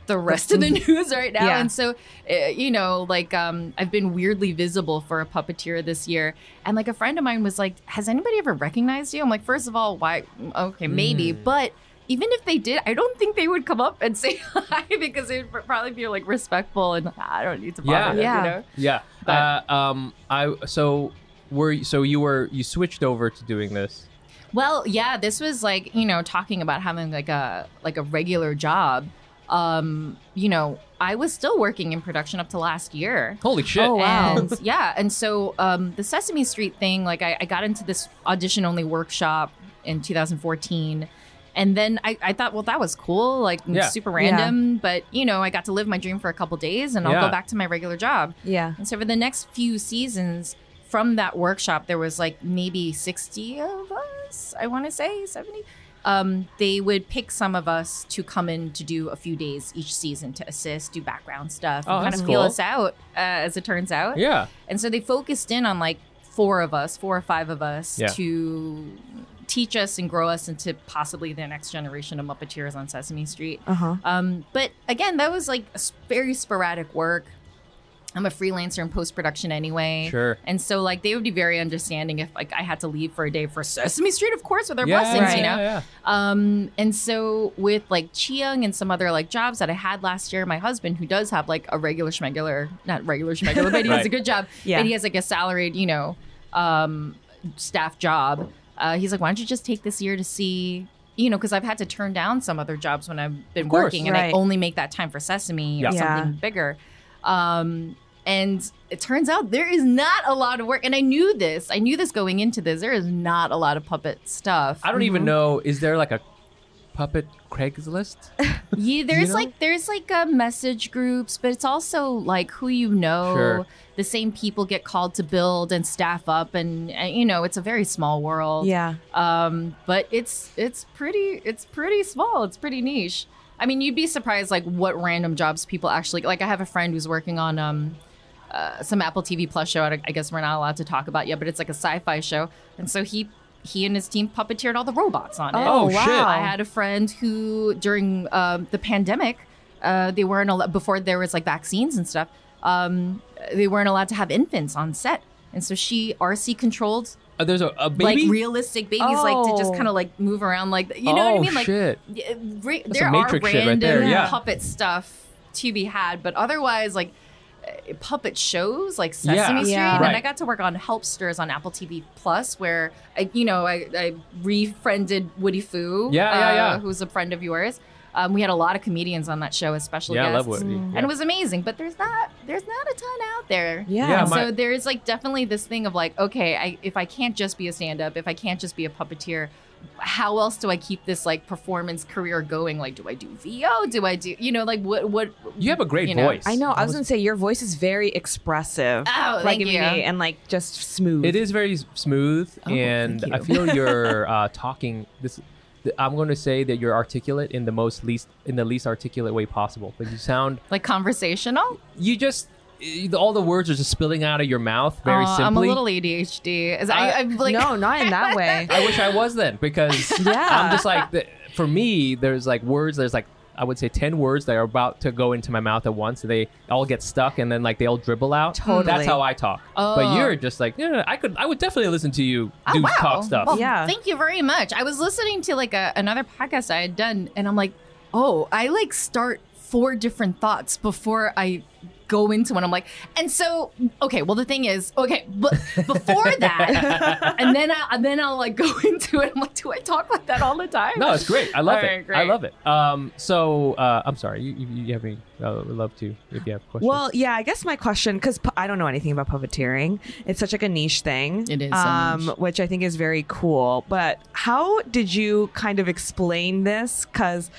Speaker 2: the rest of the news right now.
Speaker 4: Yeah.
Speaker 2: And so, uh, you know, like um, I've been weirdly visible for a puppeteer this year. And like a friend of mine was like, Has anybody ever recognized you? I'm like, First of all, why? Okay, maybe. But even if they did, I don't think they would come up and say hi because it would probably be like respectful and "Ah, I don't need to
Speaker 1: Yeah.
Speaker 2: bother
Speaker 4: Yeah.
Speaker 2: them, you know?
Speaker 1: Yeah. uh, um. I so were you- so you were you switched over to doing this.
Speaker 2: Well, yeah, this was like, you know, talking about having like a like a regular job. Um, you know, I was still working in production up to last year.
Speaker 1: Holy shit!
Speaker 4: Oh, wow.
Speaker 2: And yeah, and so um, the Sesame Street thing, like I, I got into this audition only workshop in 2014. And then I, I thought, well, that was cool, like
Speaker 1: Yeah.
Speaker 2: super random. But, you know, I got to live my dream for a couple days and I'll
Speaker 1: Yeah.
Speaker 2: go back to my regular job.
Speaker 4: Yeah.
Speaker 2: And so for the next few seasons from that workshop, there was like maybe 60 of us, I want to say 70. Um, they would pick some of us to come in to do a few days each season to assist, do background stuff,
Speaker 1: Oh,
Speaker 2: and kind
Speaker 1: that's
Speaker 2: of feel
Speaker 1: cool.
Speaker 2: us out, uh, as it turns out.
Speaker 1: Yeah.
Speaker 2: And so they focused in on like four of us, four or five of us
Speaker 1: Yeah.
Speaker 2: to teach us and grow us into possibly the next generation of Muppeteers on Sesame Street.
Speaker 4: Uh huh.
Speaker 2: Um, but again, that was like s- very sporadic work. I'm a freelancer in post production anyway.
Speaker 1: Sure.
Speaker 2: And so like they would be very understanding if like I had to leave for a day for Sesame Street, of course, with their
Speaker 1: yeah,
Speaker 2: blessings,
Speaker 1: yeah,
Speaker 2: you know.
Speaker 1: yeah,
Speaker 2: Um, and so with like Chiang and some other like jobs that I had last year, my husband who does have like a regular schmegular, not regular schmegular, but he has
Speaker 1: Right.
Speaker 2: a good job.
Speaker 4: Yeah.
Speaker 2: But he has like a salaried, you know, um, staff job. Uh, he's like, why don't you just take this year to see, you know, because I've had to turn down some other jobs when I've been
Speaker 1: course.
Speaker 2: working and
Speaker 4: Right.
Speaker 2: I only make that time for Sesame
Speaker 1: Yeah.
Speaker 2: or
Speaker 4: Yeah.
Speaker 2: something bigger. Um, And it turns out there is not a lot of work. And I knew this. I knew this going into this. There is not a lot of puppet stuff.
Speaker 1: I don't even know. Is there like a puppet Craigslist?
Speaker 2: Yeah, there's
Speaker 1: know?
Speaker 2: like there's like uh, message groups, but it's also like who you know.
Speaker 1: Sure.
Speaker 2: The same people get called to build and staff up, and, and you know it's a very small world.
Speaker 4: Yeah.
Speaker 2: Um, but it's it's pretty it's pretty small. It's pretty niche. I mean, you'd be surprised like what random jobs people actually like. I have a friend who's working on um uh, some Apple TV Plus show. I don't- I guess we're not allowed to talk about yet, but it's like a sci-fi show, and so he he and his team puppeteered all the robots on it.
Speaker 1: Oh, shit.
Speaker 2: I had a friend who, during um the pandemic, uh, they weren't allowed, before there was like vaccines and stuff, um, they weren't allowed to have infants on set. And so she RC controlled
Speaker 1: Uh, there's a, a baby.
Speaker 2: like realistic babies like to just
Speaker 4: Oh.
Speaker 2: kind of like move around like you know
Speaker 1: oh,
Speaker 2: what I mean like
Speaker 1: shit.
Speaker 2: y- ra-
Speaker 1: That's
Speaker 2: there
Speaker 1: some
Speaker 2: are
Speaker 1: Matrix shit right
Speaker 2: random
Speaker 1: there, yeah.
Speaker 2: puppet stuff to be had but otherwise like uh, puppet shows like Sesame
Speaker 1: Yeah.
Speaker 2: Street
Speaker 4: Yeah.
Speaker 2: and I
Speaker 1: Right.
Speaker 2: got to work on Helpsters on Apple TV Plus where I you know I, I refriended Woody Foo
Speaker 1: Yeah, yeah,
Speaker 2: uh,
Speaker 1: yeah.
Speaker 2: who's a friend of yours um, we had a lot of comedians on that show as special
Speaker 1: Yeah, I love
Speaker 2: guests
Speaker 1: Woody.
Speaker 4: Mm.
Speaker 1: Yeah.
Speaker 2: and it was amazing but there's not there's not a ton out there
Speaker 4: Yeah.
Speaker 1: Yeah,
Speaker 2: and
Speaker 1: my-
Speaker 2: so there's like definitely this thing of like, okay, I, if I can't just be a stand up, if I can't just be a puppeteer, how else do I keep this like performance career going? Like, do I do VO? Do I do, you know, like what, what?
Speaker 1: you have a great
Speaker 2: you know.
Speaker 1: voice.
Speaker 4: I know. I was gonna say your voice is very expressive.
Speaker 2: Oh,
Speaker 4: like
Speaker 2: thank
Speaker 4: I mean,
Speaker 2: you.
Speaker 4: and like just smooth.
Speaker 1: It is very s- smooth,
Speaker 2: Oh,
Speaker 1: and
Speaker 2: thank
Speaker 1: I
Speaker 2: you.
Speaker 1: feel you're uh, talking. This, th- I'm going to say that you're articulate in the most least in the least articulate way possible. But you sound,
Speaker 2: Like conversational?
Speaker 1: you just y- all the words are just spilling out of your mouth very
Speaker 2: Uh,
Speaker 1: simply.
Speaker 2: I'm a little ADHD. As I,
Speaker 1: I-
Speaker 2: I, am like,
Speaker 4: no, not in that way.
Speaker 1: I wish I was then because
Speaker 4: Yeah.
Speaker 1: I'm just like the, for me. There's like words. There's like I would say ten words that are about to go into my mouth at once. and They all get stuck and then like they all dribble out.
Speaker 4: Totally.
Speaker 1: That's how I talk.
Speaker 2: Oh.
Speaker 1: But you're just like yeah, I could. I would definitely listen to you
Speaker 2: Oh,
Speaker 1: do
Speaker 2: wow.
Speaker 1: talk stuff.
Speaker 2: Well,
Speaker 4: Yeah.
Speaker 2: Thank you very much. I was listening to like a, another podcast I had done, and I'm like, oh, I like start four different thoughts before I go into one. I'm like, and so okay. Well, the thing is, okay, but before that, and then I and then I'll like go into it. I'm like, do I talk like that all the time?
Speaker 1: No, it's great. I love
Speaker 2: All
Speaker 1: it.
Speaker 2: right,
Speaker 1: I
Speaker 2: great.
Speaker 1: love it. Um, so uh, I'm sorry. You, you, you have any? I would love to if you have questions.
Speaker 4: Well, yeah, I guess my question, because pu- I don't know anything about puppeteering. It's such like a niche thing.
Speaker 2: It is so
Speaker 4: um,
Speaker 2: niche.
Speaker 4: which I think is very cool. But how did you kind of explain this? Because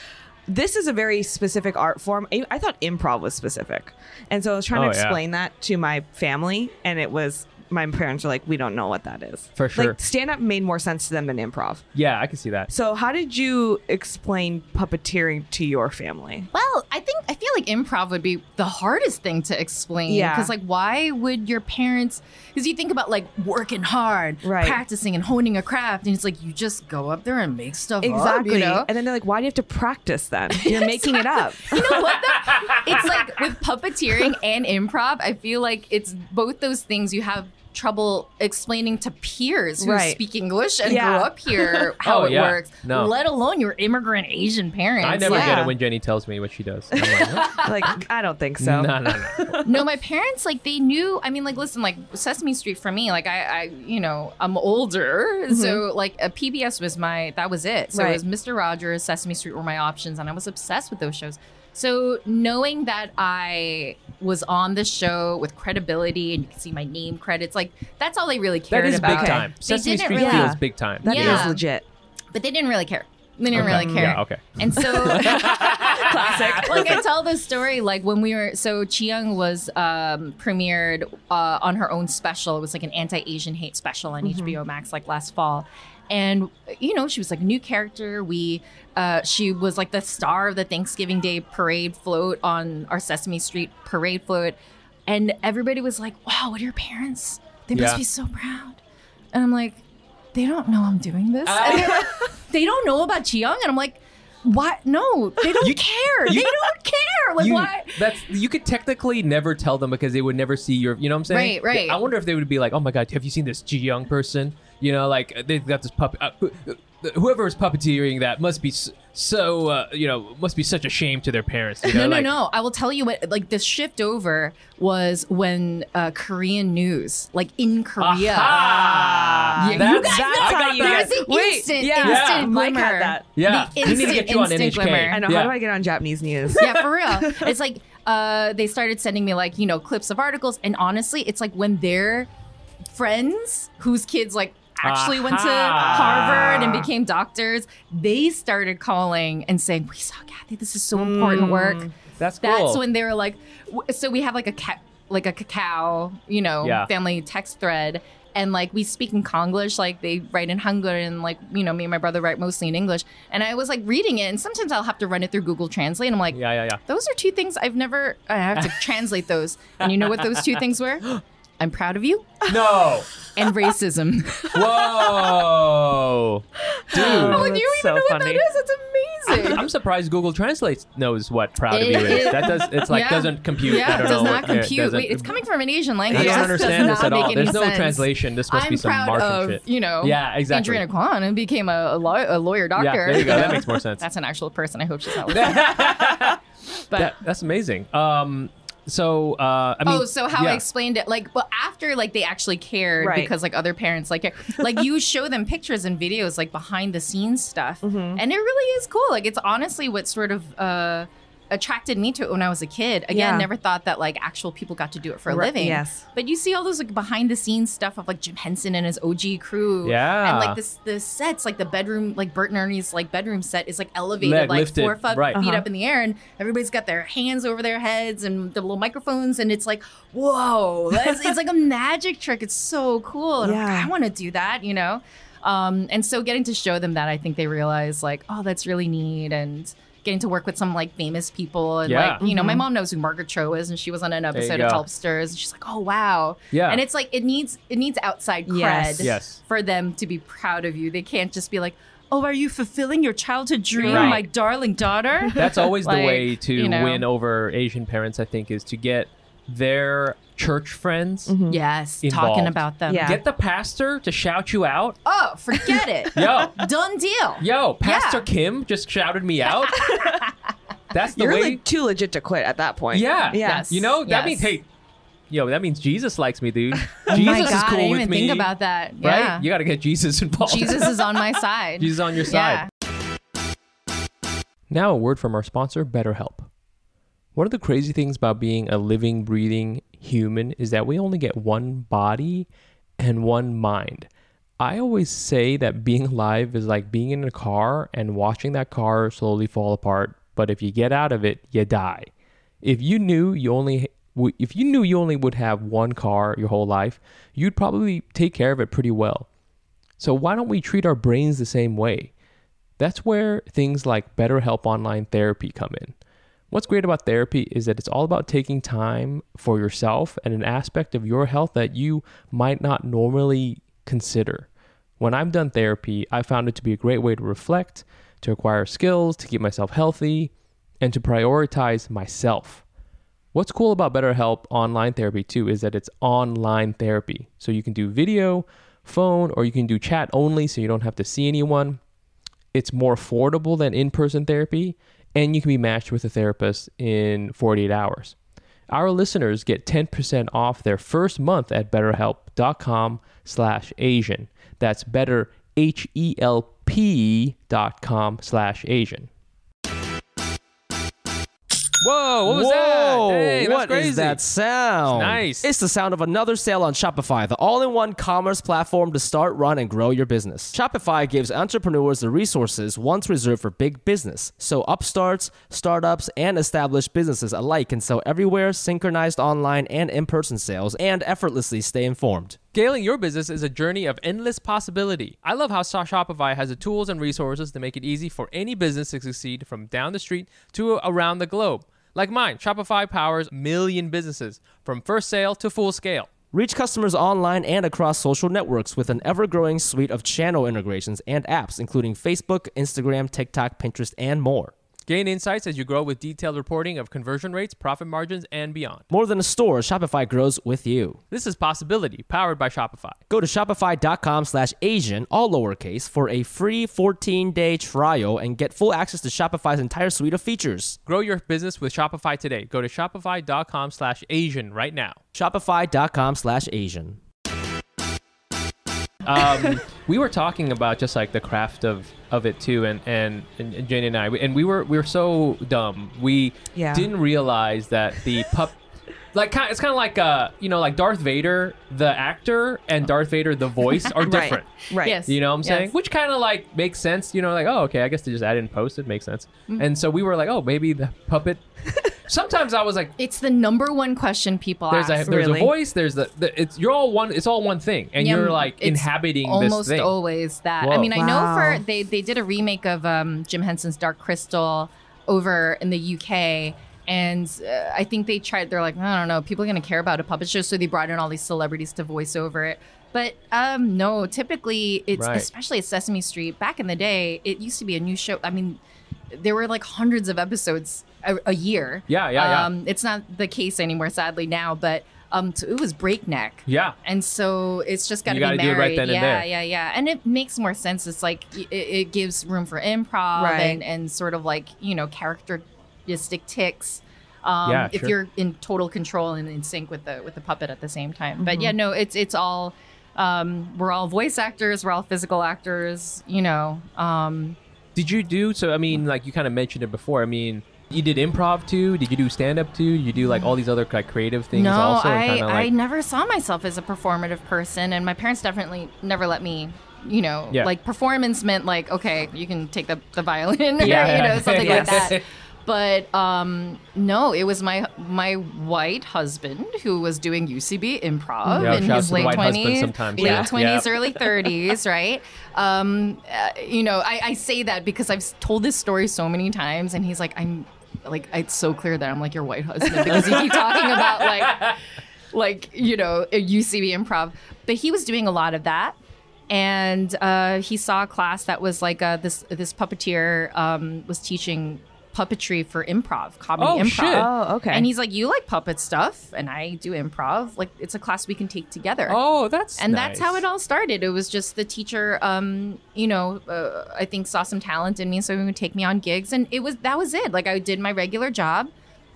Speaker 4: this is a very specific art form. I, I thought improv was specific, and so I was trying
Speaker 1: Oh,
Speaker 4: to
Speaker 1: yeah.
Speaker 4: explain that to my family, and it was my parents were like, "We don't know what that is."
Speaker 1: For sure.
Speaker 4: like stand up made more sense to them than improv.
Speaker 1: yeah, I can see that.
Speaker 4: So how did you explain puppeteering to your family?
Speaker 2: Well, I think I feel like improv would be the hardest thing to explain.
Speaker 4: Yeah.
Speaker 2: Because like, why would your parents? Because you think about like working hard,
Speaker 4: Right.
Speaker 2: practicing and honing a craft, and it's like you just go up there and make stuff up,
Speaker 4: Exactly.
Speaker 2: you know?
Speaker 4: And then they're like, why do you have to practice then? You're making it up.
Speaker 2: You know what though? It's like with puppeteering and improv, I feel like it's both those things you have trouble explaining to peers who
Speaker 4: Right.
Speaker 2: speak English and
Speaker 4: Yeah.
Speaker 2: grew up here how
Speaker 1: Oh,
Speaker 2: it
Speaker 1: yeah.
Speaker 2: works.
Speaker 1: No.
Speaker 2: Let alone your immigrant Asian parents.
Speaker 1: I never
Speaker 2: yeah.
Speaker 1: get
Speaker 4: yeah.
Speaker 1: it when Jenny tells me what she does. I'm like, "What?"
Speaker 4: Like, I don't think so.
Speaker 1: no, no, no.
Speaker 2: no, my parents like they knew. I mean, like listen, like Sesame Street for me, like I, I you know, I'm older, so like a PBS was my that was it. So
Speaker 4: Right.
Speaker 2: it was Mister Rogers, Sesame Street were my options, and I was obsessed with those shows. So knowing that I was on the show with credibility, and you can see my name credits, like that's all they really cared
Speaker 1: That is
Speaker 2: about.
Speaker 1: big time.
Speaker 2: They
Speaker 1: Sesame
Speaker 2: didn't
Speaker 1: Street
Speaker 2: really-
Speaker 1: feels big time.
Speaker 4: That is
Speaker 2: Yeah.
Speaker 4: legit.
Speaker 2: But they didn't really care. They didn't
Speaker 1: Okay.
Speaker 2: really care.
Speaker 1: Yeah, okay.
Speaker 2: And so
Speaker 4: Classic.
Speaker 2: like I tell this story, like when we were so Chiyoung was um, premiered uh, on her own special. It was like an anti-Asian hate special on HBO Max, like last fall. And you know, she was like a new character. We, uh, she was like the star of the Thanksgiving Day parade float on our Sesame Street parade float, and everybody was like, "Wow, what are your parents? They
Speaker 1: Yeah.
Speaker 2: must be so proud." And I'm like, "They don't know I'm doing this."
Speaker 1: Ah.
Speaker 2: And they're like, they don't know about Chiyoung, and I'm like. What? No, they don't care. they don't care. Like
Speaker 1: You,
Speaker 2: why?
Speaker 1: that's you could technically never tell them because they would never see your. You know what I'm saying?
Speaker 2: Right, right.
Speaker 1: I wonder if they would be like, "Oh my god, have you seen this Ji Young person? You know, like they've got this puppet. Uh, who- whoever is puppeteering that must be s- so uh, you know must be such a shame to their parents. You know?
Speaker 2: No,
Speaker 1: like,
Speaker 2: no, no. I will tell you what, like, the shift over was when uh, Korean news, like in Korea.
Speaker 1: Aha!
Speaker 2: Ah. Yeah,
Speaker 1: That's-
Speaker 2: you guys
Speaker 1: that-
Speaker 2: know
Speaker 1: I got
Speaker 4: how you-
Speaker 1: that.
Speaker 2: There's the
Speaker 4: Wait,
Speaker 2: instant,
Speaker 4: yeah.
Speaker 1: Yeah.
Speaker 2: instant
Speaker 4: Mike
Speaker 2: glimmer.
Speaker 4: had that.
Speaker 1: Yeah. We
Speaker 2: The
Speaker 1: need to
Speaker 2: instant,
Speaker 1: get you on
Speaker 2: instant
Speaker 1: NHK.
Speaker 2: glimmer.
Speaker 4: I know.
Speaker 1: Yeah.
Speaker 4: How do I get on Japanese news?
Speaker 2: yeah, for real. It's like uh, they started sending me like you know clips of articles, and honestly, it's like when their friends whose kids like actually went to
Speaker 1: Aha.
Speaker 2: Harvard and became doctors, they started calling and saying, "We saw Kathy. This is so important work."
Speaker 1: That's Hmm. cool.
Speaker 2: That's when they were like, w- so we have like a cat, like a cacao, you know,
Speaker 1: Yeah.
Speaker 2: family text thread. And like we speak in Konglish, like they write in Hangul, and like you know, me and my brother write mostly in English. And I was like reading it, and sometimes I'll have to run it through Google Translate. And I'm like,
Speaker 1: yeah, yeah, yeah.
Speaker 2: those are two things I've never. I have to translate those. And you know what those two things were? I'm proud of you
Speaker 1: No.
Speaker 2: and racism.
Speaker 1: Whoa.
Speaker 2: I'm
Speaker 1: Dude.
Speaker 2: like, Oh, you
Speaker 4: that's
Speaker 2: even know
Speaker 4: so
Speaker 2: what
Speaker 4: funny.
Speaker 2: that is? That's amazing.
Speaker 1: I'm surprised Google Translate knows what proud of
Speaker 2: It
Speaker 1: you is.
Speaker 2: is-
Speaker 1: That does it's like
Speaker 2: Yeah.
Speaker 1: doesn't compute. I
Speaker 2: Yeah,
Speaker 1: don't
Speaker 2: it does
Speaker 1: know
Speaker 2: not
Speaker 1: what- yeah, it
Speaker 2: compute.
Speaker 1: doesn't-
Speaker 2: Wait, it's coming from an Asian
Speaker 1: I
Speaker 2: language.
Speaker 1: don't
Speaker 2: This
Speaker 1: understand
Speaker 2: does
Speaker 1: this
Speaker 2: not
Speaker 1: at all.
Speaker 2: make any
Speaker 1: There's no
Speaker 2: sense.
Speaker 1: translation. This must
Speaker 2: I'm
Speaker 1: be some
Speaker 2: proud
Speaker 1: Martian
Speaker 2: of
Speaker 1: shit.
Speaker 2: you know.
Speaker 1: Yeah, exactly.
Speaker 2: Adriana Kwan and became a, law- a lawyer doctor.
Speaker 1: Yeah, there you go. That
Speaker 2: know?
Speaker 1: makes more sense.
Speaker 2: That's an actual person. I hope she's not listening. but
Speaker 1: That- that's amazing. Um, so uh, I mean,
Speaker 2: oh, so how
Speaker 1: yeah.
Speaker 2: I explained it, like, but after like they actually cared
Speaker 4: Right.
Speaker 2: because like other parents like care. like you show them pictures and videos like behind the scenes stuff,
Speaker 4: Mm-hmm.
Speaker 2: and it really is cool. Like it's honestly what sort of. uh attracted me to it when i was a kid again
Speaker 4: Yeah.
Speaker 2: never thought that like actual people got to do it for a
Speaker 4: Right,
Speaker 2: living
Speaker 4: yes.
Speaker 2: but you see all those like behind the scenes stuff of like jim henson and his og crew
Speaker 1: Yeah.
Speaker 2: and like this the sets like the bedroom like bert and ernie's like bedroom set is like elevated
Speaker 1: Leg
Speaker 2: like
Speaker 1: lifted,
Speaker 2: four or five
Speaker 1: right.
Speaker 2: feet
Speaker 4: Uh-huh.
Speaker 2: up in the air and everybody's got their hands over their heads and the little microphones and it's like whoa that's, it's like a magic trick it's so cool and I'm like,
Speaker 4: Yeah.
Speaker 2: i want to do that you know um, and so getting to show them that i think they realize like oh that's really neat and getting to work with some like famous people and
Speaker 1: Yeah. Mm-hmm.
Speaker 2: like you know my mom knows who margaret cho is and she was on an
Speaker 1: you
Speaker 2: episode of
Speaker 1: go.
Speaker 2: Helpsters and she's like oh wow
Speaker 1: Yeah.
Speaker 2: and it's like it needs it needs outside cred
Speaker 4: Yes.
Speaker 1: Yes.
Speaker 2: for them to be proud of you they can't just be like oh are you fulfilling your childhood dream
Speaker 1: Right.
Speaker 2: my darling daughter
Speaker 1: That's always the
Speaker 2: Like,
Speaker 1: way to
Speaker 2: you know.
Speaker 1: win over Asian parents, I think, is to get their church friends,
Speaker 2: Mm-hmm. Yes,
Speaker 1: involved.
Speaker 2: talking about them.
Speaker 4: Hmm. Yeah.
Speaker 1: get the pastor to shout you out.
Speaker 2: Oh, forget it.
Speaker 1: Yo,
Speaker 2: Done deal.
Speaker 1: yo, Pastor
Speaker 2: Yeah.
Speaker 1: Kim just shouted me out. That's the
Speaker 4: You're
Speaker 1: way.
Speaker 4: like too legit to quit at that point.
Speaker 1: yeah.
Speaker 4: Yes.
Speaker 1: You know, that
Speaker 2: Yes.
Speaker 1: means, hey, yo, that means Jesus likes me, dude. Jesus
Speaker 2: Oh my God,
Speaker 1: is cool
Speaker 2: I didn't
Speaker 1: with
Speaker 2: even
Speaker 1: me.
Speaker 2: think about that.
Speaker 1: Right?
Speaker 2: Yeah.
Speaker 1: You got to get Jesus involved.
Speaker 2: Jesus is on my side.
Speaker 1: Jesus on your side.
Speaker 2: Yeah.
Speaker 1: Now, a word from our sponsor, BetterHelp. One of the crazy things about being a living, breathing human is that we only get one body and one mind. I always say that being alive is like being in a car and watching that car slowly fall apart, but if you get out of it, you die. If you knew you only if you knew you only would have one car your whole life, you'd probably take care of it pretty well. So why don't we treat our brains the same way? That's where things like BetterHelp online therapy come in. What's great about therapy is that it's all about taking time for yourself and an aspect of your health that you might not normally consider. When I've done therapy, I found it to be a great way to reflect, to acquire skills, to keep myself healthy, and to prioritize myself. What's cool about BetterHelp online therapy too is that it's online therapy. So you can do video, phone, or you can do chat only so you don't have to see anyone. It's more affordable than in person therapy, and you can be matched with a therapist in 48 hours. Our listeners get 10% off their first month at betterhelp.com slash Asian. That's better, H E L P dot com slash Asian. Whoa, what was
Speaker 3: Whoa!
Speaker 1: that? Hey, that's
Speaker 3: what
Speaker 1: crazy.
Speaker 3: is that sound?
Speaker 1: It's nice.
Speaker 3: It's the sound of another sale on Shopify, the all-in-one commerce platform to start, run, and grow your business. Shopify gives entrepreneurs the resources once reserved for big business, so upstarts, startups, and established businesses alike can sell everywhere, synchronized online and in-person sales, and effortlessly stay informed.
Speaker 1: Scaling your business is a journey of endless possibility. I love how Sha- Shopify has the tools and resources to make it easy for any business to succeed from down the street to around the globe. Like mine, Shopify powers million businesses from first sale to full scale.
Speaker 3: Reach customers online and across social networks with an ever growing suite of channel integrations and apps, including Facebook, Instagram, TikTok, Pinterest, and more.
Speaker 1: Gain insights as you grow with detailed reporting of conversion rates, profit margins, and beyond.
Speaker 3: More than a store, Shopify grows with you.
Speaker 1: This is Possibility, powered by Shopify.
Speaker 3: Go to shopify.com slash Asian, all lowercase, for a free 14-day trial and get full access to Shopify's entire suite of features.
Speaker 1: Grow your business with Shopify today. Go to shopify.com slash Asian right now.
Speaker 3: Shopify.com slash Asian.
Speaker 1: um, we were talking about just like the craft of of it too, and and, and Jane and I, and we were we were so dumb. We
Speaker 4: Yeah.
Speaker 1: didn't realize that the pup, like kind, it's kind of like uh, you know, like Darth Vader the actor and Darth Vader the voice are different.
Speaker 4: Right.
Speaker 2: Yes.
Speaker 1: You know what I'm saying?
Speaker 2: Yes.
Speaker 1: Which kind of like makes sense. You know, like oh, okay, I guess they just add in post. It makes sense. And so we were like, oh, maybe the puppet. Sometimes I was like,
Speaker 2: It's the number one question people
Speaker 1: there's a
Speaker 2: ask.
Speaker 1: there's
Speaker 4: Really?
Speaker 1: a voice. There's the, the it's you're all one. It's all one thing, and
Speaker 2: Yeah,
Speaker 1: you're like
Speaker 2: it's
Speaker 1: inhabiting this
Speaker 2: almost
Speaker 1: thing.
Speaker 2: always that.
Speaker 1: Whoa.
Speaker 2: I mean, I know
Speaker 4: Wow.
Speaker 2: for they they did a remake of um, Jim Henson's Dark Crystal over in the UK. And uh, I think they tried. They're like, I don't know, people are gonna care about a puppet show, so they brought in all these celebrities to voice over it. But um, no, typically it's
Speaker 1: Right.
Speaker 2: especially at Sesame Street. Back in the day, it used to be a new show. I mean, there were like hundreds of episodes a, a year.
Speaker 1: Yeah, yeah, yeah.
Speaker 2: Um, it's not the case anymore, sadly now. But um, so it was breakneck.
Speaker 1: Yeah.
Speaker 2: And so it's just got to
Speaker 1: You gotta
Speaker 2: be married.
Speaker 1: do it right then and
Speaker 2: yeah,
Speaker 1: there.
Speaker 2: yeah, yeah. And it makes more sense. It's like y- it, it gives room for improv
Speaker 4: Right.
Speaker 2: and, and sort of like, you know, characteristic ticks. Um,
Speaker 1: Yeah,
Speaker 2: if
Speaker 1: sure.
Speaker 2: you're in total control and in sync with the with the puppet at the same time. But yeah, no, it's it's all um, we're all voice actors, we're all physical actors, you know. Um,
Speaker 1: Did you do so? I mean, like you kind of mentioned it before. I mean, you did improv too. Did you do stand up too? You do like all these other like creative things
Speaker 2: no,
Speaker 1: also. and
Speaker 2: I,
Speaker 1: kinda,
Speaker 2: I
Speaker 1: like,
Speaker 2: never saw myself as a performative person, and my parents definitely never let me, you know,
Speaker 1: Yeah.
Speaker 2: like performance meant like, okay, you can take the, the violin or,
Speaker 1: Yeah.
Speaker 2: you know, something
Speaker 1: Yes.
Speaker 2: like that. But um, no, it was my my white husband who was doing UCB improv
Speaker 1: Yeah,
Speaker 2: in
Speaker 1: shouts
Speaker 2: his
Speaker 1: to the
Speaker 2: late
Speaker 1: white husband
Speaker 2: 20s,
Speaker 1: sometimes,
Speaker 2: late
Speaker 1: yeah.
Speaker 2: 20s,
Speaker 1: Yeah.
Speaker 2: early 30s, right? Um, uh, you know, I, I say that because I've s- told this story so many times, and he's like, I'm like, it's so clear that I'm like your white husband because you keep talking about like, like you know, uh, a UCB improv. But he was doing a lot of that, and uh, he saw a class that was like uh, this this puppeteer um, was teaching puppetry for improv, comedy
Speaker 1: Oh,
Speaker 2: improv.
Speaker 1: shit.
Speaker 4: Oh, okay.
Speaker 2: And he's like, you like puppet stuff, and I do improv. Like, it's a class we can take together
Speaker 1: oh, that's
Speaker 2: and that's how
Speaker 1: nice.
Speaker 2: it all started. It was just the teacher, um, you know, uh, I think saw some talent in me, so he would take me on gigs, and it was that was it. Like I did my regular job,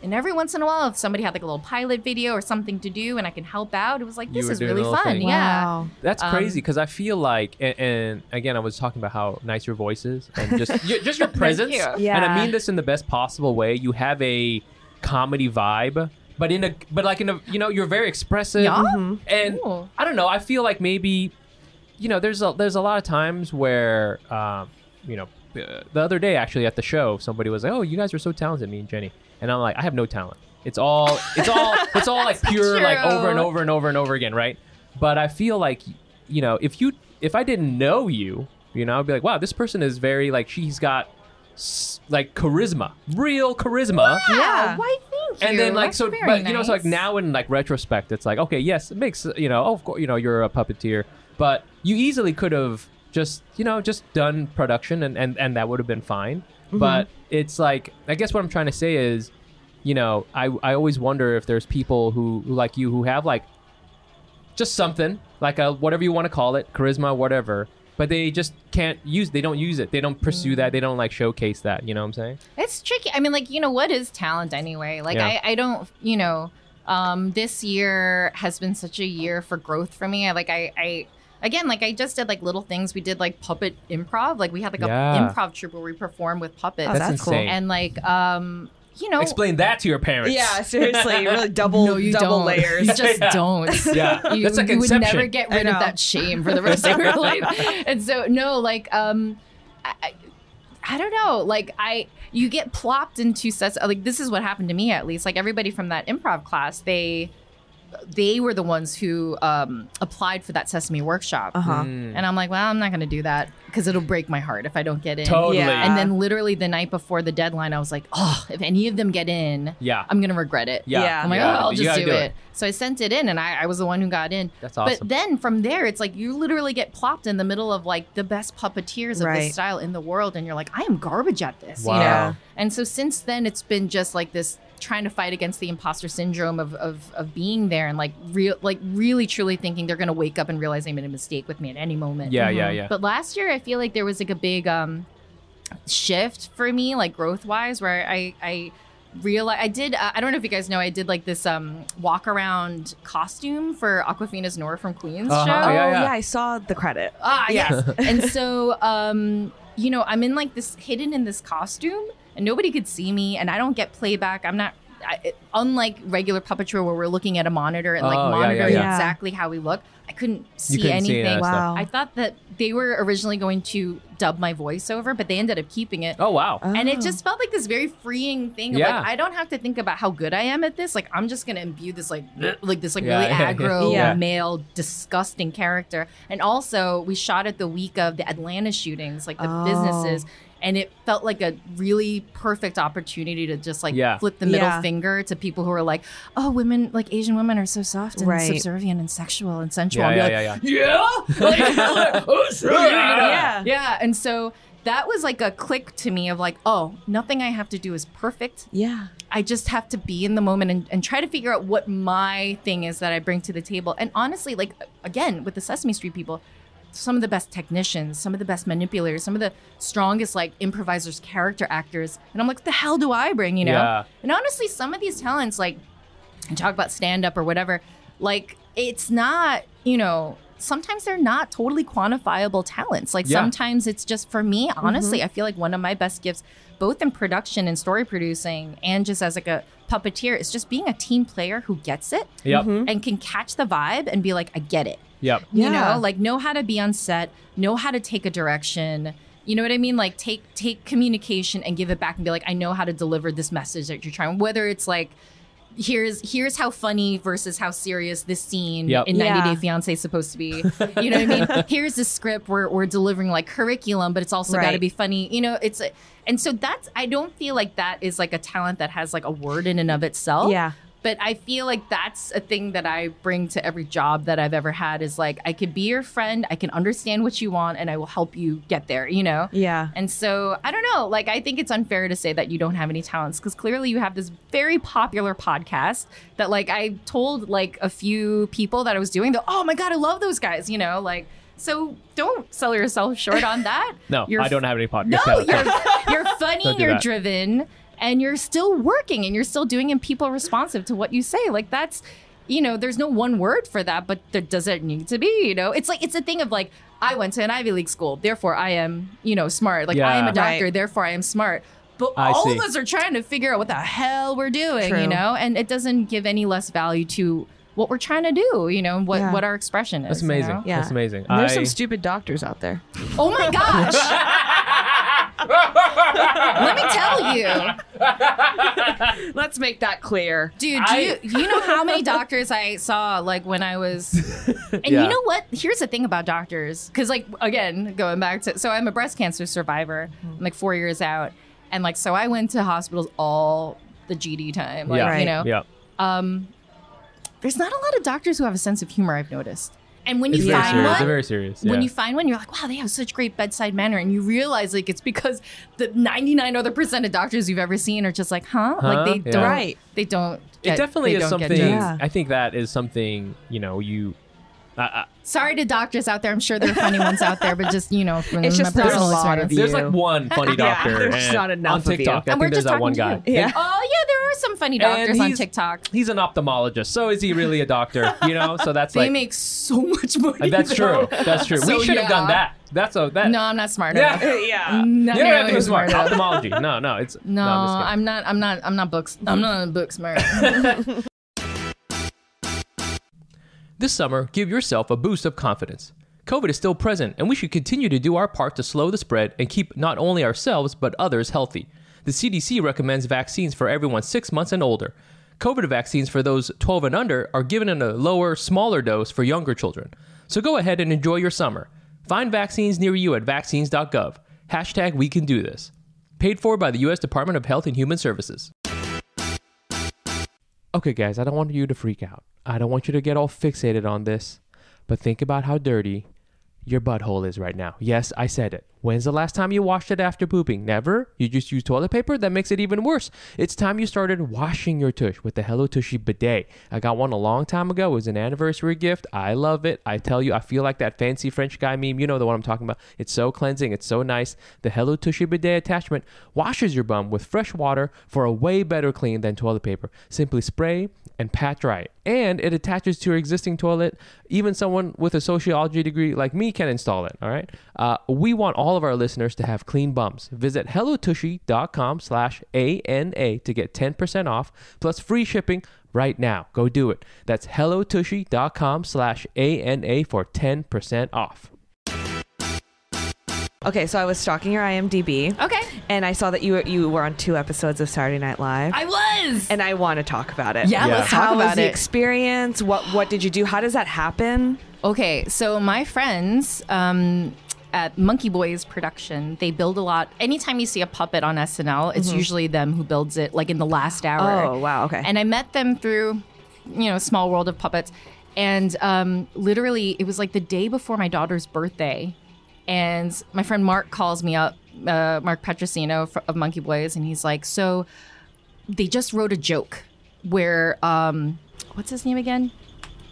Speaker 2: and every once in a while, if somebody had like a little pilot video or something to do, and I could help out, it was like
Speaker 1: You
Speaker 2: this
Speaker 1: were
Speaker 2: is
Speaker 1: doing
Speaker 2: really
Speaker 1: little
Speaker 2: fun.
Speaker 1: things.
Speaker 2: Yeah,
Speaker 4: Wow.
Speaker 1: That's crazy because I feel like, and, and again, I was talking about how nice your voice is and just y- just your presence.
Speaker 2: you.
Speaker 1: And I
Speaker 4: Yeah.
Speaker 1: mean this in the best possible way. You have a comedy vibe, but in a but like in a you know you're very expressive.
Speaker 2: Yeah? Mhm.
Speaker 1: And
Speaker 2: Cool.
Speaker 1: I don't know. I feel like maybe you know there's a there's a lot of times where um, you know uh, the other day actually at the show somebody was like, oh, you guys are so talented, me and Jenny, and I'm like, I have no talent. It's all it's all it's all like pure like
Speaker 2: true.
Speaker 1: over and over and over and over again, right? But I feel like you know if you if I didn't know you, you know, I'd be like, wow, this person is very like she's got s- like charisma, real charisma.
Speaker 4: Yeah.
Speaker 2: Why thank you.
Speaker 1: And then like
Speaker 2: That's
Speaker 1: so,
Speaker 2: very
Speaker 1: but you know, so like
Speaker 2: nice.
Speaker 1: now in like retrospect, it's like okay, yes, it makes you know, of course, you know, you're a puppeteer, but you easily could have just you know just done production and and and that would have been fine.
Speaker 2: Mm-hmm.
Speaker 1: But it's like I guess what I'm trying to say is, you know, I I always wonder if there's people who, who like you who have like just something like a whatever you want to call it charisma whatever but they just can't use they don't use it they don't pursue
Speaker 2: Mm.
Speaker 1: that they don't like showcase that you know what i'm saying
Speaker 2: It's tricky. I mean, like, you know, what is talent anyway? Like,
Speaker 1: Yeah.
Speaker 2: I, I don't, you know, um, this year has been such a year for growth for me. I, like, I, I, again, like, I just did like little things. We did like puppet improv. Like, we had like
Speaker 1: Yeah.
Speaker 2: a improv troupe where we performed with puppets.
Speaker 4: Oh, That's
Speaker 1: that's
Speaker 4: cool.
Speaker 1: insane
Speaker 2: and like, um, you know,
Speaker 1: explain that to your parents
Speaker 4: Yeah, seriously, really double
Speaker 2: no, you
Speaker 4: double
Speaker 2: don't.
Speaker 4: layers.
Speaker 2: You just
Speaker 1: Yeah.
Speaker 2: don't.
Speaker 1: Yeah.
Speaker 2: you,
Speaker 1: That's like
Speaker 2: you would never
Speaker 1: Inception.
Speaker 2: get
Speaker 4: I
Speaker 2: rid of
Speaker 4: know.
Speaker 2: that shame for the rest of your life. And so, no, like, um, I, I- I don't know. Like, I you get plopped into sets. Like, this is what happened to me at least. Like, everybody from that improv class, they they were the ones who um, applied for that Sesame Workshop.
Speaker 4: Uh huh.
Speaker 1: Hmm.
Speaker 2: And I'm like, well, I'm not going to do that because it'll break my heart if I don't get in.
Speaker 1: Totally.
Speaker 4: Yeah.
Speaker 2: And then literally the night before the deadline, I was like, oh, if any of them get in,
Speaker 1: Yeah.
Speaker 2: I'm going to regret it.
Speaker 1: yeah.
Speaker 4: Yeah.
Speaker 2: I'm like,
Speaker 1: yeah,
Speaker 2: oh, I'll
Speaker 1: you
Speaker 2: just
Speaker 1: gotta
Speaker 2: do, it. So I sent it in, and I, I was the one who got in.
Speaker 1: That's awesome.
Speaker 2: But then from there, it's like you literally get plopped in the middle of like the best puppeteers of
Speaker 4: Right.
Speaker 2: this style in the world, and you're like, I am garbage at this.
Speaker 1: Wow.
Speaker 2: You know?
Speaker 4: Yeah.
Speaker 2: And so since then, it's been just like this trying to fight against the imposter syndrome of of, of being there and like real like really truly thinking they're gonna wake up and realize they made a mistake with me at any moment.
Speaker 1: Yeah,
Speaker 4: Mm-hmm.
Speaker 1: yeah, yeah.
Speaker 2: But last year, I feel like there was like a big um, shift for me, like growth wise, where I I realized I did. Uh, I don't know if you guys know, I did like this um walk around costume for Aquafina's Nora from Queens
Speaker 1: Uh-huh.
Speaker 2: show.
Speaker 4: Oh
Speaker 1: Yeah,
Speaker 4: yeah,
Speaker 1: yeah.
Speaker 4: I saw the credit.
Speaker 2: Ah,
Speaker 4: Yeah.
Speaker 2: yes. and so, um, you know, I'm in like this hidden in this costume, and nobody could see me, and I don't get playback. I'm not. I, it- unlike regular puppetry, where we're looking at a monitor and like
Speaker 1: Oh, yeah, yeah,
Speaker 2: monitoring
Speaker 4: yeah.
Speaker 2: exactly how we look, I couldn't see
Speaker 1: You couldn't see
Speaker 2: anything.
Speaker 1: that
Speaker 4: Wow.
Speaker 1: stuff.
Speaker 4: Oh.
Speaker 2: I thought that they were originally going to dub my voice over, but they ended up keeping it.
Speaker 1: Oh wow.
Speaker 2: And it just felt like this very freeing thing. Of
Speaker 1: Yeah.
Speaker 2: Like I don't have to think about how good I am at this. Like I'm just gonna imbue this like like this like
Speaker 1: Yeah,
Speaker 2: really
Speaker 1: yeah,
Speaker 2: aggro
Speaker 4: yeah.
Speaker 2: male disgusting character. And also we shot at the week of the Atlanta shootings, like the
Speaker 4: Oh.
Speaker 2: businesses. And it felt like a really perfect opportunity to just like
Speaker 1: Yeah.
Speaker 2: flip the middle
Speaker 4: Yeah.
Speaker 2: finger to people who are like, oh, women, like Asian women are so soft and
Speaker 4: Right.
Speaker 2: subservient and sexual and sensual.
Speaker 1: Yeah,
Speaker 2: and be
Speaker 1: yeah,
Speaker 2: like,
Speaker 1: yeah, yeah.
Speaker 2: yeah Like, oh, sure, yeah.
Speaker 4: Yeah.
Speaker 2: yeah and so that was like a click to me of like oh nothing i have to do is perfect
Speaker 4: Yeah.
Speaker 2: i just have to be in the moment and, and try to figure out what my thing is that i bring to the table and honestly like again with the sesame street people some of the best technicians some of the best manipulators some of the strongest like improvisers character actors and i'm like what the hell do i bring you know
Speaker 1: Yeah.
Speaker 2: and honestly some of these talents like and talk about stand up or whatever, like it's not, you know, sometimes they're not totally quantifiable talents. Like
Speaker 1: Yeah.
Speaker 2: sometimes it's just for me, honestly, I feel like one of my best gifts, both in production and story producing and just as like a puppeteer, is just being a team player who gets it
Speaker 1: Yep.
Speaker 2: and can catch the vibe and be like, I get it.
Speaker 1: Yep.
Speaker 2: You
Speaker 4: Yeah.
Speaker 2: know, like know how to be on set, know how to take a direction. You know what I mean? Like take take communication and give it back and be like, I know how to deliver this message that you're trying. Whether it's like here's here's how funny versus how serious this scene
Speaker 1: Yep.
Speaker 2: in 90
Speaker 4: Yeah.
Speaker 2: Day Fiance is supposed to be. You know what I mean? Here's the script we're we're delivering like curriculum, but it's also got to
Speaker 4: Right.
Speaker 2: be funny. You know, it's a, and so that's I don't feel like that is like a talent that has like a word in and of itself
Speaker 4: Yeah.
Speaker 2: but I feel like that's a thing that I bring to every job that I've ever had is like I could be your friend, I can understand what you want, and I will help you get there, you know?
Speaker 4: Yeah.
Speaker 2: And so I don't know, like I think it's unfair to say that you don't have any talents because clearly you have this very popular podcast that like I told like a few people that I was doing that, oh my God, I love those guys, you know, like so don't sell yourself short on that.
Speaker 1: No,
Speaker 2: You're
Speaker 1: I don't have any podcast.
Speaker 2: no,
Speaker 1: talent.
Speaker 2: you're you're funny,
Speaker 1: Don't do
Speaker 2: you're
Speaker 1: that.
Speaker 2: driven, and you're still working and you're still doing and people are responsive to what you say. Like that's you know, there's no one word for that, but there doesn't need to be, you know. It's like it's a thing of like I went to an Ivy League school, therefore I am, you know, smart. Like I am
Speaker 1: Yeah.
Speaker 2: a doctor,
Speaker 4: Right.
Speaker 2: therefore I am smart. But
Speaker 1: I
Speaker 2: all of
Speaker 1: see.
Speaker 2: us are trying to figure out what the hell we're doing,
Speaker 4: True.
Speaker 2: you know, and it doesn't give any less value to what we're trying to do, you know, and what
Speaker 4: Yeah.
Speaker 2: what our expression is.
Speaker 1: That's
Speaker 2: you
Speaker 1: amazing.
Speaker 2: know?
Speaker 4: Yeah.
Speaker 1: That's amazing.
Speaker 4: And there's
Speaker 1: I-
Speaker 4: some stupid doctors out there.
Speaker 2: Oh my gosh. Let me tell you.
Speaker 4: Let's make that clear.
Speaker 2: Dude, do
Speaker 1: I-
Speaker 2: you, you know how many doctors I saw like when I was And
Speaker 1: Yeah.
Speaker 2: you know what? Here's the thing about doctors cuz like again, going back to so I'm a breast cancer survivor.
Speaker 1: Mm-hmm.
Speaker 2: I'm like 4 years out and like so I went to hospitals all the GD time, like
Speaker 1: yeah.
Speaker 2: you
Speaker 4: Right.
Speaker 2: know.
Speaker 1: Yeah.
Speaker 2: Um there's not a lot of doctors who have a sense of humor I've noticed. And when
Speaker 1: It's
Speaker 2: you
Speaker 1: very
Speaker 2: find
Speaker 1: serious.
Speaker 2: one,
Speaker 1: They're very serious.
Speaker 2: when
Speaker 1: yeah.
Speaker 2: you find one, you're like, wow, they have such great bedside manner. And you realize like it's because the 99 other percent of doctors you've ever seen are just like, huh?
Speaker 1: Huh?
Speaker 2: Like they
Speaker 1: Yeah.
Speaker 2: don't.
Speaker 4: Right.
Speaker 2: They don't.
Speaker 1: it
Speaker 2: get-
Speaker 1: definitely
Speaker 2: they
Speaker 1: is
Speaker 2: don't get
Speaker 1: something.
Speaker 2: jokes.
Speaker 4: Yeah.
Speaker 1: I think that is something. You know, you. I I-
Speaker 2: Sorry to doctors out there. I'm sure there are funny ones out there, but just, you know, from
Speaker 4: It's
Speaker 2: my
Speaker 4: just there's
Speaker 2: personal
Speaker 4: a lot of
Speaker 2: experience.
Speaker 4: you.
Speaker 1: there's like one funny
Speaker 4: Yeah,
Speaker 1: doctor.
Speaker 4: there's
Speaker 1: and
Speaker 4: not enough
Speaker 1: on
Speaker 4: of you.
Speaker 1: TikTok. I
Speaker 2: And
Speaker 1: think
Speaker 2: we're
Speaker 1: there's
Speaker 2: just
Speaker 1: that
Speaker 2: talking
Speaker 1: one
Speaker 2: to
Speaker 1: guy.
Speaker 2: you.
Speaker 4: Yeah.
Speaker 2: Oh, yeah, there are some funny
Speaker 1: And
Speaker 2: doctors on
Speaker 1: he's-
Speaker 2: TikTok.
Speaker 1: He's an ophthalmologist, so is he really a doctor? You know, so that's
Speaker 2: They
Speaker 1: like
Speaker 2: make so much money.
Speaker 1: Uh, That's
Speaker 2: though.
Speaker 1: true. That's true.
Speaker 2: So,
Speaker 1: we should have done
Speaker 2: yeah.
Speaker 1: that. That's a that.
Speaker 2: No, I'm not smart
Speaker 1: Yeah.
Speaker 2: enough.
Speaker 4: yeah.
Speaker 2: Not
Speaker 1: you don't have to
Speaker 2: nearly
Speaker 1: be smart.
Speaker 2: enough.
Speaker 1: Ophthalmology. No, no, it's
Speaker 2: No,
Speaker 1: I'm just kidding.
Speaker 2: I'm not. I'm not. I'm not books. I'm not a book smart.
Speaker 1: This summer, give yourself a boost of confidence. COVID is still present, and we should continue to do our part to slow the spread and keep not only ourselves but others healthy. The CDC recommends vaccines for everyone 6 months and older. COVID vaccines for those 12 and under are given in a lower, smaller dose for younger children. So go ahead and enjoy your summer. Find vaccines near you at vaccines.gov. Hashtag we can do this. Paid for by the U.S. Department of Health and Human Services. Okay, guys, I don't want you to freak out. I don't want you to get all fixated on this, but think about how dirty your butthole is right now. Yes, I said it. When's the last time you washed it after pooping? Never? You just use toilet paper? That makes it even worse. It's time you started washing your tush with the Hello Tushy bidet. I got one a long time ago. It was an anniversary gift. I love it. I tell you, I feel like that fancy French guy meme. You know the one I'm talking about. It's so cleansing. It's so nice. The Hello Tushy bidet attachment washes your bum with fresh water for a way better clean than toilet paper. Simply spray and pat dry it. And it attaches to your existing toilet. Even someone with a sociology degree like me can install it. All right. Uh, we want all of our listeners to have clean bums. Visit hellotushy.com slash ANA to get 10% off plus free shipping right now. Go do it. That's hellotushy.com slash ANA for 10% off.
Speaker 4: Okay, so I was stalking your IMDb,
Speaker 2: Okay.
Speaker 4: and I saw that you were, you were on two episodes of Saturday Night Live,
Speaker 2: I was.
Speaker 4: and I want to talk about it.
Speaker 2: yeah,
Speaker 1: Yeah.
Speaker 2: let's talk
Speaker 4: How was
Speaker 2: about
Speaker 4: the
Speaker 2: it.
Speaker 4: experience? What what did you do? How does that happen?
Speaker 2: Okay, so my friends um, at Monkey Boys production, they build a lot. Anytime you see a puppet on SNL, it's usually them who builds it, like in the last hour.
Speaker 4: Mm-hmm. Oh, wow, okay.
Speaker 2: And I met them through, you know, Small World of Puppets, and um, literally it was like the day before my daughter's birthday, and my friend Mark calls me up, uh, Mark Petrosino fr- of Monkey Boys, and he's like, so they just wrote a joke where um what's his name again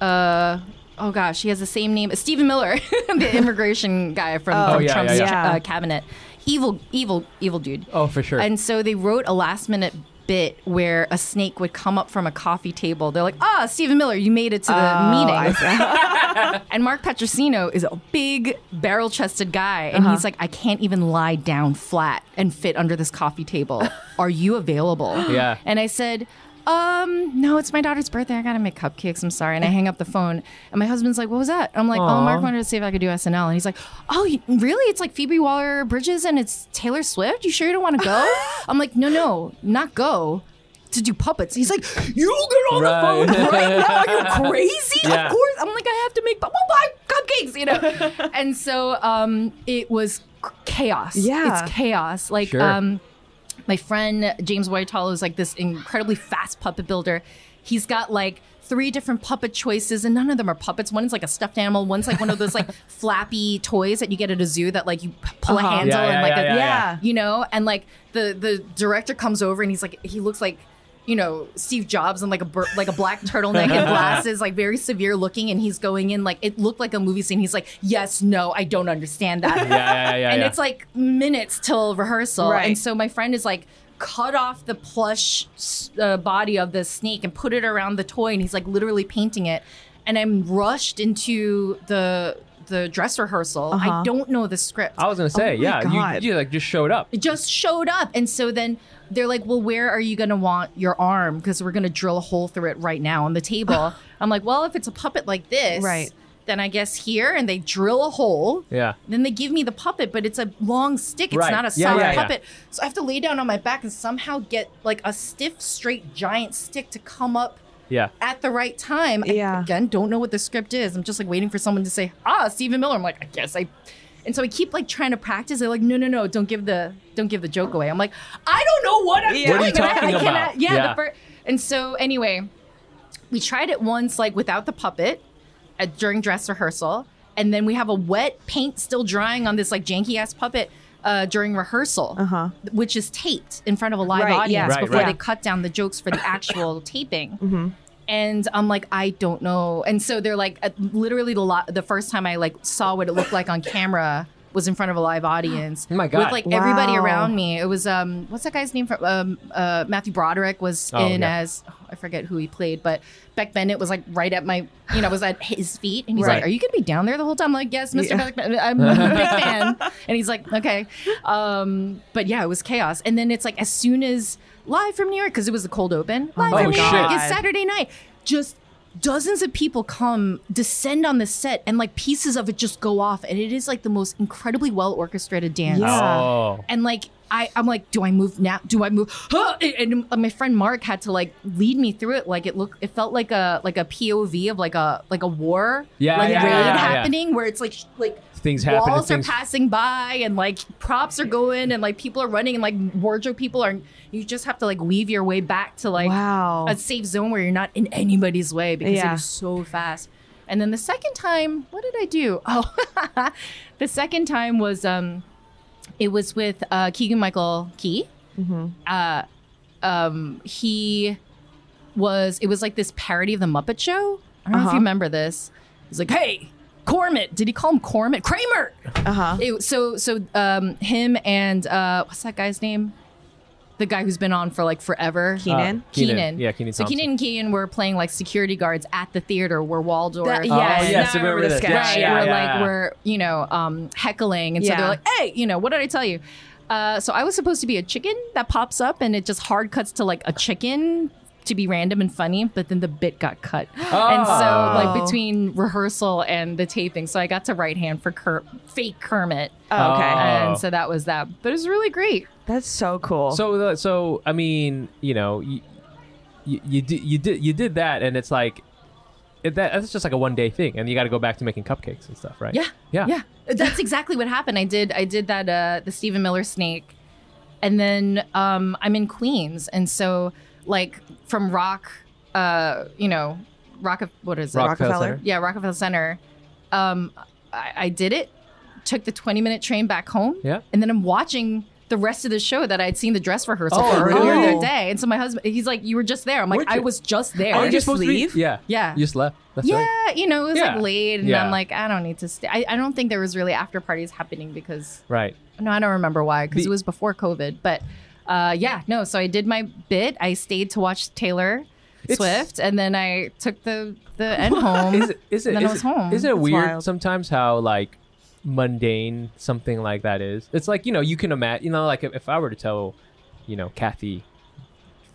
Speaker 2: uh oh gosh he has the same name stephen miller the immigration guy from,
Speaker 4: Oh,
Speaker 2: from
Speaker 1: yeah,
Speaker 2: trump's
Speaker 1: yeah,
Speaker 4: yeah.
Speaker 2: Uh, cabinet evil evil evil dude
Speaker 1: Oh, for sure.
Speaker 2: and so they wrote a last minute bit where a snake would come up from a coffee table they're like ah stephen miller you made it to the
Speaker 1: Oh,
Speaker 2: meeting and Mark Petrosino is a big barrel chested guy. And
Speaker 1: Uh-huh.
Speaker 2: he's like, I can't even lie down flat and fit under this coffee table. Are you available?
Speaker 1: Yeah.
Speaker 2: And I said, um, no, it's my daughter's birthday. I gotta make cupcakes. I'm sorry. And I hang up the phone. And my husband's like, what was that? I'm like, oh,
Speaker 1: Aw.
Speaker 2: Mark wanted to see if I could do SNL. And he's like, oh, you- really? It's like Phoebe Waller Bridges and it's Taylor Swift? You sure you don't wanna go? I'm like, no, no, not go. To do puppets. He's like, you get on
Speaker 1: Right.
Speaker 2: the phone right now. Are you crazy?
Speaker 1: Yeah.
Speaker 2: Of course. I'm like, I have to make, but we'll buy cupcakes, you know? and so um, it was chaos.
Speaker 4: Yeah.
Speaker 2: It's chaos. Like,
Speaker 1: Sure.
Speaker 2: um, my friend James Whitehall is like this incredibly fast puppet builder. He's got like three different puppet choices, and none of them are puppets. One is like a stuffed animal. One's like one of those like flappy toys that you get at a zoo that like you p- pull
Speaker 4: Uh-huh.
Speaker 2: a handle
Speaker 1: Yeah, yeah,
Speaker 2: and like
Speaker 1: yeah,
Speaker 2: a
Speaker 4: yeah, yeah.
Speaker 2: you know, and like the the director comes over and he's like he looks like you know Steve Jobs and like a bur- like a black turtleneck and glasses, like very severe looking, and he's going in like it looked like a movie scene. He's like, yes, no, I don't understand that
Speaker 1: yeah, yeah, yeah, yeah.
Speaker 2: and
Speaker 1: yeah.
Speaker 2: it's like minutes till rehearsal
Speaker 4: Right.
Speaker 2: and so my friend is like cut off the plush s- uh, body of the snake and put it around the toy and he's like literally painting it and i'm rushed into the the dress rehearsal i don't know the script
Speaker 1: I was gonna say,
Speaker 4: my
Speaker 1: yeah,
Speaker 4: God.
Speaker 1: you, you like just showed up.
Speaker 2: oh it just showed up and so then they're like well where are you going to want your arm because we're going to drill a hole through it right now on the table i'm like well if it's a puppet like this
Speaker 4: Right.
Speaker 2: then i guess here and they drill a hole
Speaker 1: Yeah.
Speaker 2: then they give me the puppet, but it's a long stick. It's
Speaker 1: Right.
Speaker 2: not a
Speaker 1: Yeah,
Speaker 2: solid
Speaker 1: yeah, yeah.
Speaker 2: puppet. So I have to lay down on my back and somehow get like a stiff, straight, giant stick to come up
Speaker 1: Yeah.
Speaker 2: at the right time. I,
Speaker 4: Yeah.
Speaker 2: again, don't know what the script is. I'm just like waiting for someone to say, ah, Stephen Miller. I'm like, I guess I. And so I keep like trying to practice. They're like, no, no, no, don't give the don't give the joke away. I'm like, I don't know what I'm
Speaker 4: Yeah. What
Speaker 1: are you
Speaker 2: doing. and I-
Speaker 1: talking
Speaker 2: I, cannot-
Speaker 1: about?
Speaker 2: Yeah.
Speaker 1: Yeah.
Speaker 2: The fir- and so anyway, we tried it once like without the puppet at, during dress rehearsal, and then we have a wet paint still drying on this like janky ass puppet. Uh, during rehearsal,
Speaker 4: Uh-huh.
Speaker 2: which is taped in front of a live
Speaker 4: Right, yeah. Mm-hmm.
Speaker 2: audience
Speaker 1: Right,
Speaker 2: before
Speaker 1: right.
Speaker 2: they cut down the jokes for the actual taping. And I'm like, I don't know. And so they're like, at- literally the lo- the first time I like saw what it looked like on camera was in front of a live audience.
Speaker 1: Oh my God.
Speaker 2: With like everybody
Speaker 4: Wow.
Speaker 2: around me. It was um, what's that guy's name from um, uh, Matthew Broderick was
Speaker 1: Oh,
Speaker 2: in
Speaker 1: yeah.
Speaker 2: as oh, I forget who he played, but Beck Bennett was like right at my, you know, was at his feet, and he's
Speaker 1: Right.
Speaker 2: like, "Are you gonna be down there the whole time?" I'm like, "Yes, Mr.
Speaker 4: Yeah.
Speaker 2: Beck Bennett, I'm a big fan," and he's like, "Okay," um, but yeah, it was chaos. And then it's like as soon as live from New York because it was the cold open, live
Speaker 1: my
Speaker 2: from New
Speaker 1: God.
Speaker 2: York is Saturday night, just. Dozens of people come, descend on the set, and like pieces of it just go off. And it is like the most incredibly well orchestrated dance
Speaker 4: Yeah.
Speaker 1: Oh.
Speaker 2: and like I, I'm like, do I move now? Do I move? Huh! And and my friend Mark had to like lead me through it. Like it looked, it felt like a like a POV of like a like a war,
Speaker 1: Yeah,
Speaker 2: like
Speaker 1: yeah,
Speaker 2: raid
Speaker 1: yeah, yeah, yeah.
Speaker 2: happening, where it's like sh- like
Speaker 1: Things happen
Speaker 2: walls
Speaker 1: and
Speaker 2: are
Speaker 1: things-
Speaker 2: passing by and like props are going and like people are running and like wardrobe people are. You just have to like weave your way back to like
Speaker 4: Wow.
Speaker 2: a safe zone where you're not in anybody's way because it
Speaker 4: Yeah.
Speaker 2: was so fast. And then the second time, what did I do? Oh, the second time was um, it was with uh, Keegan Michael Key.
Speaker 4: Mm-hmm.
Speaker 2: Uh, um, he was it was like this parody of the Muppet Show. I don't know if
Speaker 4: Uh-huh.
Speaker 2: you remember this. He's like, hey. Cormit, did he call him Cormit? Kramer.
Speaker 4: Uh huh.
Speaker 2: It, so, so um, him and uh, what's that guy's name? The guy who's been on for like forever.
Speaker 1: Uh,
Speaker 4: Keenan?
Speaker 2: Keenan.
Speaker 1: Yeah, Keenan.
Speaker 2: So
Speaker 1: Thompson.
Speaker 2: Keenan and Keenan were playing like security guards at the theater where Waldorf.
Speaker 4: That-
Speaker 1: Oh,
Speaker 4: Yes.
Speaker 1: yes,
Speaker 4: Now I
Speaker 1: I remember
Speaker 4: remember
Speaker 1: this.
Speaker 4: the
Speaker 1: Yeah,
Speaker 4: sketch.
Speaker 2: Right.
Speaker 1: yeah,
Speaker 2: where
Speaker 1: yeah.
Speaker 2: like we're, you know, um, heckling. And so
Speaker 4: Yeah.
Speaker 2: they're like, hey, you know, what did I tell you? Uh, so I was supposed to be a chicken that pops up and it just hard cuts to like a chicken to be random and funny, but then the bit got cut. And
Speaker 1: Oh.
Speaker 2: so like between rehearsal and the taping, so I got to right hand for Ker- fake Kermit.
Speaker 4: Oh, okay.
Speaker 1: Uh, Oh.
Speaker 2: And so that was that. But it was really great.
Speaker 4: That's so cool.
Speaker 1: So, the, so I mean, you know, you, you, you did you did you did that, and it's like it, that, that's just like a one day thing, and you got to go back to making cupcakes and stuff, right?
Speaker 2: Yeah.
Speaker 1: yeah,
Speaker 2: Yeah. That's exactly what happened. I did I did that uh the Stephen Miller snake. And then um I'm in Queens and so like from rock uh you know rock of what is it?
Speaker 1: Rockefeller.
Speaker 4: Rockefeller?
Speaker 2: yeah, Rockefeller Center. Um I, I did it, took the 20 minute train back home.
Speaker 1: Yeah.
Speaker 2: And then I'm watching the rest of the show that I'd seen the dress rehearsal
Speaker 1: Oh,
Speaker 2: for
Speaker 1: really?
Speaker 2: earlier
Speaker 4: Oh.
Speaker 2: that day. And so my husband he's like, You were just there. I'm
Speaker 1: Weren't
Speaker 2: like, I
Speaker 1: you-
Speaker 2: was just there.
Speaker 4: Are
Speaker 1: Aren't
Speaker 4: you
Speaker 1: you
Speaker 4: just
Speaker 1: supposed
Speaker 4: leave?
Speaker 1: to be? Yeah,
Speaker 2: Yeah.
Speaker 1: You just left. That's
Speaker 2: yeah,
Speaker 1: right.
Speaker 2: you know, it was
Speaker 1: Yeah.
Speaker 2: like late, and
Speaker 1: Yeah.
Speaker 2: I'm like, I don't need to stay. I, I don't think there was really after parties happening because
Speaker 1: Right.
Speaker 2: no, I don't remember why because
Speaker 1: The-
Speaker 2: it was before COVID. But uh, yeah, no. So I did my bit. I stayed to watch Taylor
Speaker 1: It's-
Speaker 2: Swift, and then I took the the end home.
Speaker 1: Is it is it
Speaker 2: then I
Speaker 1: is
Speaker 2: was
Speaker 1: it,
Speaker 2: home.
Speaker 1: isn't it
Speaker 4: It's
Speaker 1: weird
Speaker 4: wild.
Speaker 1: sometimes how like mundane something like that is? It's like you know you can imagine you know like if, if I were to tell you know Kathy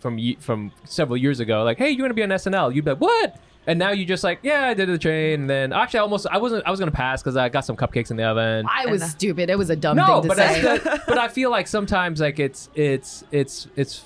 Speaker 1: from ye- from several years ago like hey you want to be on SNL you'd be like what? And now you just like yeah I did the train and then actually I almost I wasn't I was gonna pass because I got some cupcakes in the oven.
Speaker 2: I was
Speaker 4: And, uh,
Speaker 2: stupid. It was a dumb
Speaker 1: no,
Speaker 2: thing to
Speaker 1: but
Speaker 2: say.
Speaker 1: that's the, but I feel like sometimes like it's it's it's it's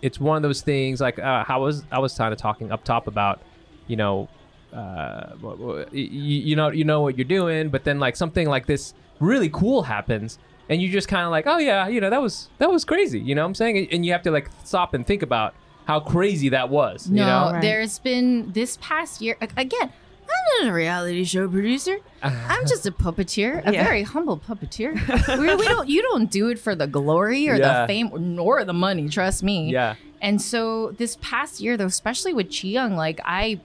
Speaker 1: it's one of those things like uh, how was I was kind of talking up top about you know uh wha- wha- y- y- you know you know what you're doing but then like something like this really cool happens and you just kind of like oh yeah you know that was that was crazy you know what I'm saying And- and you have to like stop and think about how crazy that was you
Speaker 2: no,
Speaker 1: know
Speaker 4: Right.
Speaker 2: there's been this past year a- again. I'm not a reality show producer. I'm just a puppeteer, a
Speaker 4: Yeah.
Speaker 2: very humble puppeteer. we, we don't, you don't do it for the glory or
Speaker 1: Yeah.
Speaker 2: the fame, nor the money. Trust me.
Speaker 1: yeah
Speaker 2: And so this past year, though, especially with Chiyoung, like I,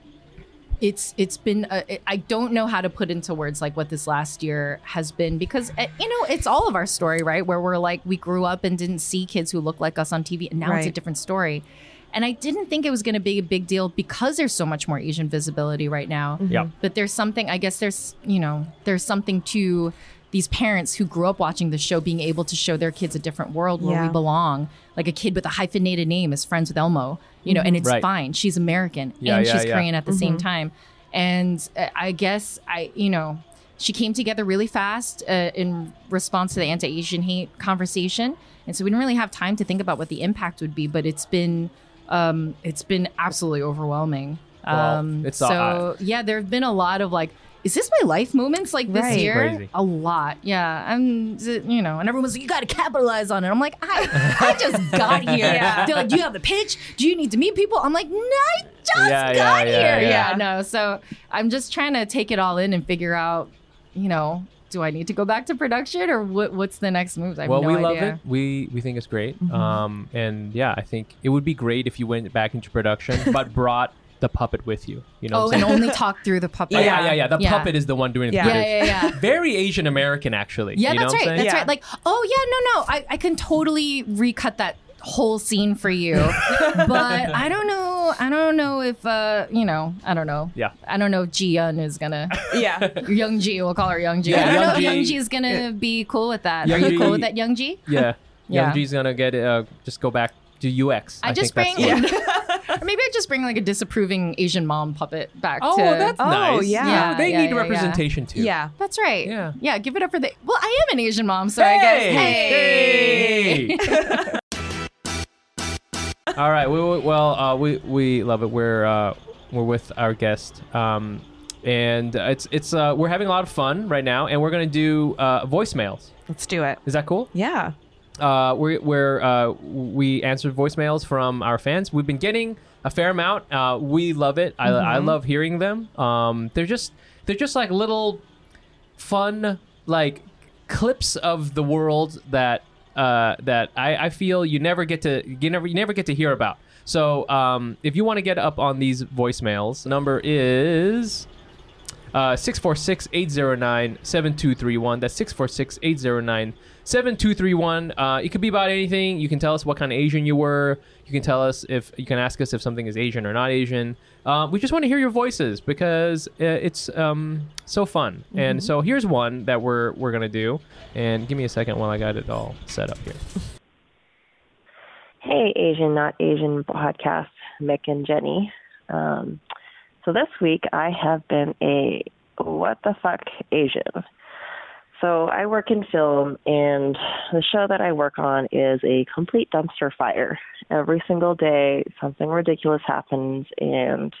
Speaker 2: it's it's been uh, it- I don't know how to put into words like what this last year has been because uh, you know it's all of our story, right? Where we're like we grew up and didn't see kids who look like us on TV, and now it's a
Speaker 4: Right.
Speaker 2: different story. And I didn't think it was going to be a big deal because there's so much more Asian visibility right now
Speaker 4: Mm-hmm.
Speaker 1: yeah
Speaker 2: but there's something i guess there's you know there's something to these parents who grew up watching the show being able to show their kids a different world where
Speaker 4: Yeah.
Speaker 2: we belong like a kid with a hyphenated name is friends with elmo you
Speaker 4: Mm-hmm.
Speaker 2: know and it's
Speaker 1: Right.
Speaker 2: fine she's american
Speaker 1: Yeah,
Speaker 2: and
Speaker 1: yeah,
Speaker 2: she's
Speaker 1: yeah.
Speaker 2: korean at the same time and uh, i guess i you know she came together really fast uh, in response to the anti-asian hate conversation and so we didn't really have time to think about what the impact would be but it's been um, it's been absolutely overwhelming
Speaker 1: Well,
Speaker 2: um,
Speaker 1: it's,
Speaker 2: so
Speaker 1: uh,
Speaker 2: yeah, there have been a lot of like, is this my life moments like this
Speaker 4: Right.
Speaker 2: year?
Speaker 1: Crazy.
Speaker 2: A lot, yeah. I'm, you know, and everyone's like, you got to capitalize on it. I'm like, I, I just got here.
Speaker 4: Yeah.
Speaker 2: They're like, do you have the pitch? Do you need to meet people? I'm like, no, I just
Speaker 1: Yeah,
Speaker 2: got
Speaker 1: yeah, yeah,
Speaker 2: here.
Speaker 4: yeah.
Speaker 2: yeah, no. So I'm just trying to take it all in and figure out, you know, do I need to go back to production or what, what's the next move? I have
Speaker 1: well,
Speaker 2: no
Speaker 1: we
Speaker 2: idea. Mm-hmm.
Speaker 1: love it. We we think it's great. Um, and yeah, I think it would be great if you went back into production, but brought the puppet with you. You know,
Speaker 2: Oh,
Speaker 1: what I'm
Speaker 2: and
Speaker 1: saying?
Speaker 2: only talk through the puppet.
Speaker 1: Oh, yeah, yeah, yeah. The
Speaker 2: Yeah.
Speaker 1: puppet is the one doing
Speaker 4: Yeah.
Speaker 1: the
Speaker 2: Yeah,
Speaker 1: production.
Speaker 2: yeah, yeah.
Speaker 1: Very Asian American, actually.
Speaker 2: Yeah,
Speaker 1: you know
Speaker 2: that's
Speaker 1: what
Speaker 2: right.
Speaker 1: I'm
Speaker 2: That's
Speaker 1: saying?
Speaker 4: Yeah.
Speaker 2: right. Like, oh yeah, no, no, I, I can totally recut that whole scene for you. but I don't know. I don't know if uh, you know, I don't know.
Speaker 1: Yeah.
Speaker 2: I don't know if Ji Yun is gonna
Speaker 4: yeah.
Speaker 2: Young Ji, we'll call her Young Ji.
Speaker 1: Yeah,
Speaker 2: I don't
Speaker 1: Young
Speaker 2: know if
Speaker 1: Ji-
Speaker 2: Young Ji is gonna be cool with that.
Speaker 1: Young
Speaker 2: Are you
Speaker 1: Ji-
Speaker 2: cool with that, Young Ji?
Speaker 1: Yeah.
Speaker 2: Yeah.
Speaker 1: Young G's gonna get uh, just go back to UX.
Speaker 2: I,
Speaker 1: I
Speaker 2: just
Speaker 1: think
Speaker 2: bring
Speaker 1: that's what-
Speaker 2: Or maybe I just bring like a disapproving Asian mom puppet back.
Speaker 1: Oh,
Speaker 2: to,
Speaker 1: well, that's nice.
Speaker 4: yeah.
Speaker 1: No, they
Speaker 2: Yeah,
Speaker 1: need
Speaker 2: yeah, yeah.
Speaker 1: representation too.
Speaker 4: yeah.
Speaker 2: That's right.
Speaker 1: Yeah.
Speaker 2: Yeah. Give it up for the. Well, I am an Asian mom, so I guess. Hey.
Speaker 1: Hey! Hey! All right. We, we- well, uh, we we love it. We're uh, we're with our guest, um, and uh, it's it's uh, we're having a lot of fun right now, and we're gonna do uh, voicemails.
Speaker 4: Let's do it.
Speaker 1: Is that cool?
Speaker 4: Yeah.
Speaker 1: uh, we where uh, we answered voicemails from our fans. We've been getting a fair amount. Uh, we love it. I, I love hearing them. Um, they're just they're just like little fun like clips of the world that uh, that I, I feel you never get to you never you never get to hear about. So um, if you want to get up on these voicemails, number is. Uh, 646-809-7231 that's 646-809-7231 uh, it could be about anything you can tell us what kind of asian you were you can tell us if you can ask us if something is asian or not asian uh, we just want to hear your voices because uh, it's um, so fun
Speaker 4: Mm-hmm.
Speaker 1: and so here's one that we're we're gonna do and give me a second while i got it all set up here
Speaker 5: Hey, Asian Not Asian podcast, Mick and Jenny. Um, so this week I have been a what the fuck Asian. So I work in film, and the show that I work on is a complete dumpster fire. Every single day, something ridiculous happens, and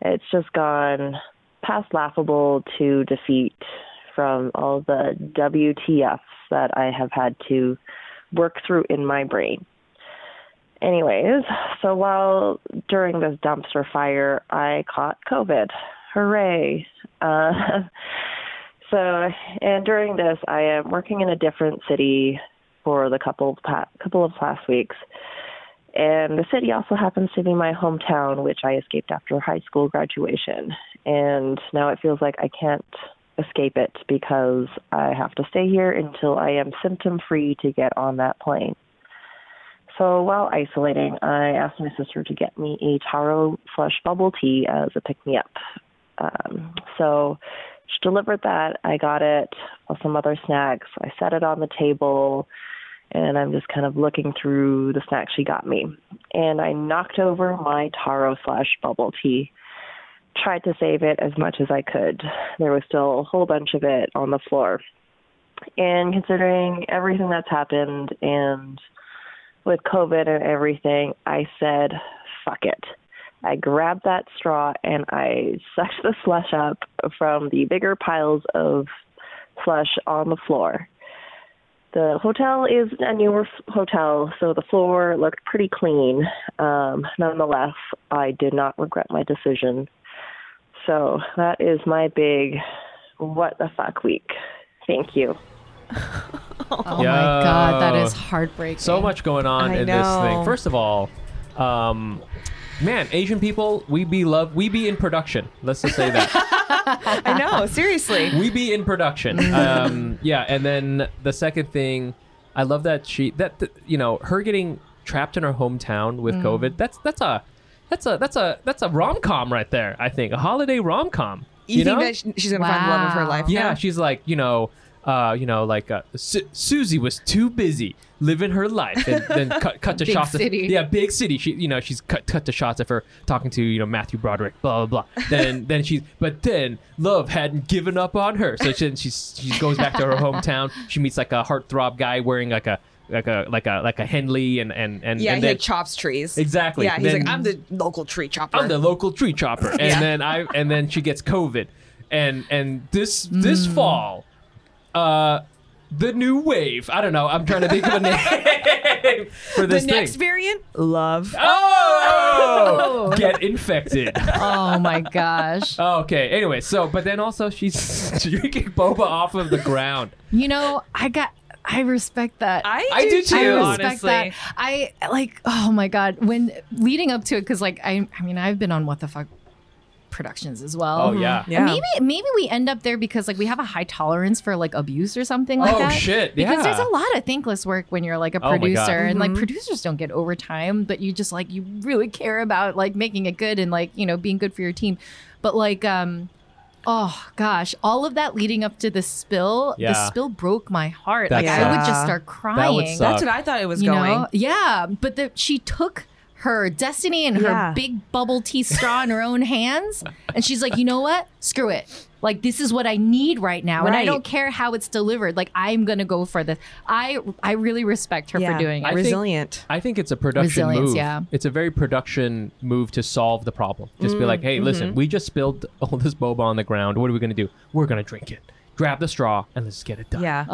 Speaker 5: it's just gone past laughable to defeat from all the WTFs that I have had to work through in my brain anyways, so while during this dumpster fire, I caught COVID. Hooray! Uh, so, and during this, I am working in a different city for the couple pa- couple of last weeks, and the city also happens to be my hometown, which I escaped after high school graduation, and now it feels like I can't escape it because I have to stay here until I am symptom free to get on that plane. So while isolating, I asked my sister to get me a taro flush bubble tea as a pick me up. Um, so she delivered that. I got it with some other snacks. I set it on the table, and I'm just kind of looking through the snacks she got me. And I knocked over my taro slash bubble tea. Tried to save it as much as I could. There was still a whole bunch of it on the floor. And considering everything that's happened and with COVID and everything, I said, fuck it. I grabbed that straw and I sucked the slush up from the bigger piles of slush on the floor. The hotel is a newer f- hotel, so the floor looked pretty clean. Um, nonetheless, I did not regret my decision. So that is my big what the fuck week. Thank you.
Speaker 2: Oh
Speaker 1: Yo.
Speaker 2: my god, that is heartbreaking.
Speaker 1: so much going on
Speaker 4: I
Speaker 1: in this thing
Speaker 4: know.
Speaker 1: first of all um, man asian people we be love we be in production let's just say that
Speaker 4: I know. Seriously.
Speaker 1: we be in production. Um, yeah, and then the second thing, I love that she that th- you know her getting trapped in her hometown with COVID. That's that's a that's a that's a that's a rom com right there. I think a holiday rom com.
Speaker 4: You,
Speaker 1: You,
Speaker 4: think
Speaker 1: know?
Speaker 4: that sh- she's gonna find the love of her
Speaker 2: Wow.
Speaker 4: life?
Speaker 1: yeah,
Speaker 4: now?
Speaker 1: she's like you know. Uh, you know, like uh, Su- Susie was too busy living her life, and then cut, cut to
Speaker 2: Big
Speaker 1: shots.
Speaker 2: city.
Speaker 1: Of, yeah, big city. She, you know, she's cut cut to shots of her talking to you know Matthew Broderick, blah blah blah. Then then she's, but then love hadn't given up on her, so she she she goes back to her hometown. She meets like a heartthrob guy wearing like a like a like a like a Henley, and and and
Speaker 4: Yeah,
Speaker 1: and
Speaker 4: he
Speaker 1: then,
Speaker 4: like chops trees.
Speaker 1: Exactly.
Speaker 4: Yeah, he's
Speaker 1: Then-
Speaker 4: like, I'm the local tree chopper.
Speaker 1: I'm the local tree chopper, and
Speaker 4: Yeah.
Speaker 1: then I and then she gets COVID, and and this this
Speaker 2: Mm.
Speaker 1: fall, uh, the new wave. I don't know. I'm trying to think of a name for
Speaker 4: The
Speaker 1: this thing.
Speaker 4: next variant, love.
Speaker 1: oh, get infected.
Speaker 2: oh my gosh.
Speaker 1: Okay. Anyway, so but then also she's drinking boba off of the ground.
Speaker 2: You know, I got I respect that.
Speaker 4: I,
Speaker 1: I do
Speaker 4: do
Speaker 1: too.
Speaker 4: too.
Speaker 2: I respect
Speaker 4: honestly,
Speaker 2: that. I like, oh my god, when leading up to it, because like I, I mean, I've been on what the fuck productions as well.
Speaker 1: Oh yeah.
Speaker 4: yeah.
Speaker 2: Maybe maybe we end up there because like we have a high tolerance for like abuse or something like
Speaker 1: Oh,
Speaker 2: that.
Speaker 1: shit,
Speaker 2: Because
Speaker 1: yeah.
Speaker 2: there's a lot of thankless work when you're like a
Speaker 1: Oh, my God.
Speaker 2: producer and like producers don't get overtime, but you just like you really care about like making it good and like, you know, being good for your team. But like um oh gosh, all of that leading up to the spill, the
Speaker 1: Yeah.
Speaker 2: spill broke my heart.
Speaker 1: That
Speaker 2: like I would
Speaker 4: sucks.
Speaker 2: just start crying
Speaker 1: suck.
Speaker 4: That's what I thought it was
Speaker 2: you
Speaker 4: going.
Speaker 2: know yeah but the, she took her destiny and her
Speaker 4: Yeah.
Speaker 2: big bubble tea straw in her own hands. And she's like, you know what? Screw it. Like this is what I need right now, and I
Speaker 4: Right.
Speaker 2: don't care how it's delivered. Like I'm gonna go for this. I I really respect her for doing it.
Speaker 1: I think-
Speaker 4: Resilient.
Speaker 1: I think it's a production
Speaker 2: Resilience,
Speaker 1: move.
Speaker 2: yeah.
Speaker 1: It's a very production move to solve the problem. Just
Speaker 2: Mm,
Speaker 1: be like, hey,
Speaker 2: mm-hmm.
Speaker 1: listen, we just spilled all this boba on the ground. What are we going to do? We're going to drink it. Grab the straw and let's get it done.
Speaker 4: yeah.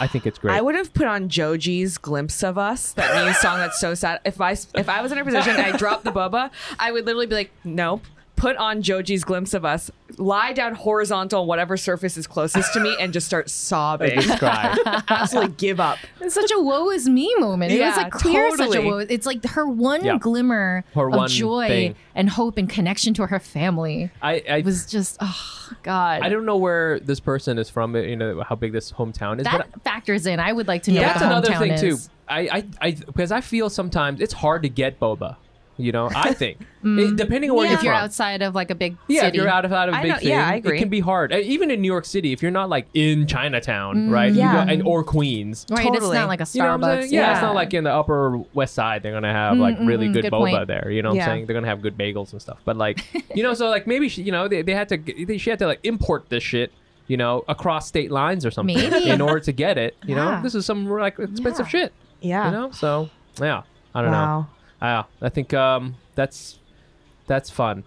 Speaker 1: I think it's great.
Speaker 4: I would have put on Joji's "Glimpse of Us," that new song that's so sad. If I if I was in her position, and I dropped the boba. I would literally be like, "Nope." Put on Joji's "Glimpse of Us." Lie down horizontal on whatever surface is closest to me, and just start sobbing.
Speaker 1: Subscribe.
Speaker 4: Absolutely give up.
Speaker 2: It's such a woe is me moment. it was
Speaker 4: Yeah,
Speaker 2: like clear such a
Speaker 4: totally.
Speaker 2: woe. It's like her one
Speaker 1: Yeah.
Speaker 2: glimmer
Speaker 1: Her
Speaker 2: of
Speaker 1: one
Speaker 2: joy
Speaker 1: thing.
Speaker 2: and hope and connection to her family.
Speaker 1: I, I
Speaker 2: It was just oh god.
Speaker 1: I don't know where this person is from. You know how big this hometown is. but
Speaker 2: that factors in. I would like to know.
Speaker 4: Yeah.
Speaker 1: that's
Speaker 2: what the
Speaker 1: another
Speaker 2: hometown
Speaker 1: thing
Speaker 2: is.
Speaker 1: too. I, I, I, because I feel sometimes it's hard to get boba. You know, I think It- depending on where
Speaker 2: Mm. Yeah.
Speaker 1: you're
Speaker 2: If
Speaker 1: from.
Speaker 2: you're outside of like a big
Speaker 1: yeah, if
Speaker 2: city.
Speaker 1: you're out of out of a
Speaker 4: I
Speaker 1: big
Speaker 4: know-
Speaker 1: city,
Speaker 4: yeah, I
Speaker 1: it
Speaker 4: agree.
Speaker 1: can be hard. And even in New York City, if you're not like in Chinatown, right? You
Speaker 4: yeah.
Speaker 1: go- and or Queens.
Speaker 2: right, it's
Speaker 4: Totally.
Speaker 2: not like a Starbucks.
Speaker 1: You know what I'm saying? Yeah, it's
Speaker 4: yeah.
Speaker 1: not like in the Upper West Side they're gonna have like really good,
Speaker 2: good
Speaker 1: boba
Speaker 2: point.
Speaker 1: there. You know what
Speaker 4: Yeah.
Speaker 1: I'm saying? They're gonna have good bagels and stuff. But like, you know, so like maybe she, you know they, they had to g- they, she had to like import this shit. You know, across state lines or something
Speaker 2: Maybe.
Speaker 1: in order to get it. You
Speaker 2: Yeah.
Speaker 1: know, this is some like expensive
Speaker 2: Yeah.
Speaker 1: shit.
Speaker 4: Yeah.
Speaker 1: You know, so yeah, I don't know.
Speaker 4: Wow.
Speaker 1: Yeah, I think um that's that's fun.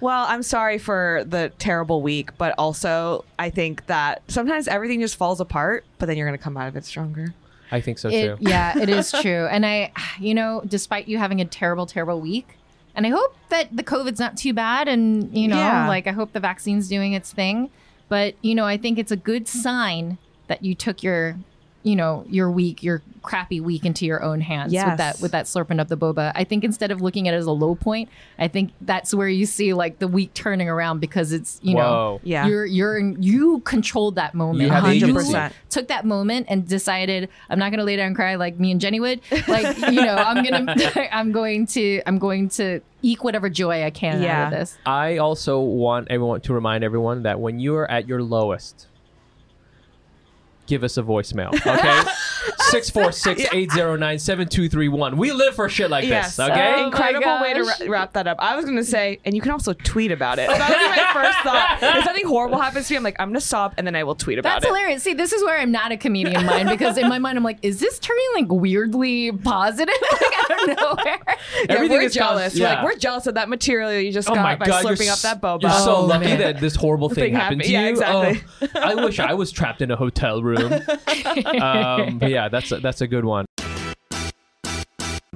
Speaker 4: Well, I'm sorry for the terrible week, but also I think that sometimes everything just falls apart, but then you're gonna come out of it stronger.
Speaker 1: I think so
Speaker 2: It-
Speaker 1: too.
Speaker 2: yeah, it is true. And I, you know, despite you having a terrible, terrible week, and I hope that the COVID's not too bad, and you know,
Speaker 4: Yeah.
Speaker 2: like I hope the vaccine's doing its thing. But you know, I think it's a good sign that you took your, you know, your week, your crappy week into your own hands with
Speaker 4: Yes.
Speaker 2: that with that slurping up the boba. I think instead of looking at it as a low point, I think that's where you see like the week turning around because it's you know
Speaker 1: Whoa.
Speaker 4: Yeah.
Speaker 2: you're you're in, you controlled that moment.
Speaker 1: You have
Speaker 2: You
Speaker 1: agency.
Speaker 2: took that moment and decided I'm not gonna lay down and cry like me and Jenny would. Like you know, I'm gonna I'm going to I'm going to eke whatever joy I can
Speaker 4: Yeah.
Speaker 2: out of this.
Speaker 1: I also want everyone to remind everyone that when you are at your lowest, give us a voicemail. Okay. 646-809-7231. We live for shit like
Speaker 4: Yes.
Speaker 1: this. Okay.
Speaker 2: Oh my
Speaker 4: Incredible way to
Speaker 2: gosh.
Speaker 4: ra- wrap that up. I was gonna say, and you can also tweet about it. That was my first thought. If something horrible happens to me, I'm like, I'm gonna sob, and then I will tweet about
Speaker 2: That's
Speaker 4: it.
Speaker 2: hilarious. See, this is where I'm not a comedian mind because in my mind I'm like, is this turning like weirdly positive? Like out of nowhere.
Speaker 4: Yeah,
Speaker 1: Everything
Speaker 4: we're
Speaker 1: is
Speaker 4: jealous.
Speaker 1: cons-
Speaker 4: We're
Speaker 1: yeah.
Speaker 4: like we're jealous of that material you just
Speaker 1: Oh my
Speaker 4: got by
Speaker 1: god! You're,
Speaker 4: slurping up
Speaker 1: s-
Speaker 4: that boba.
Speaker 1: you're so
Speaker 2: Oh,
Speaker 1: lucky
Speaker 2: man.
Speaker 1: that this horrible thing,
Speaker 4: thing
Speaker 1: happened,
Speaker 4: happened.
Speaker 1: to you.
Speaker 4: Yeah,
Speaker 1: Oh, I wish I was trapped in a hotel room. um, but yeah, that's a, that's a good one.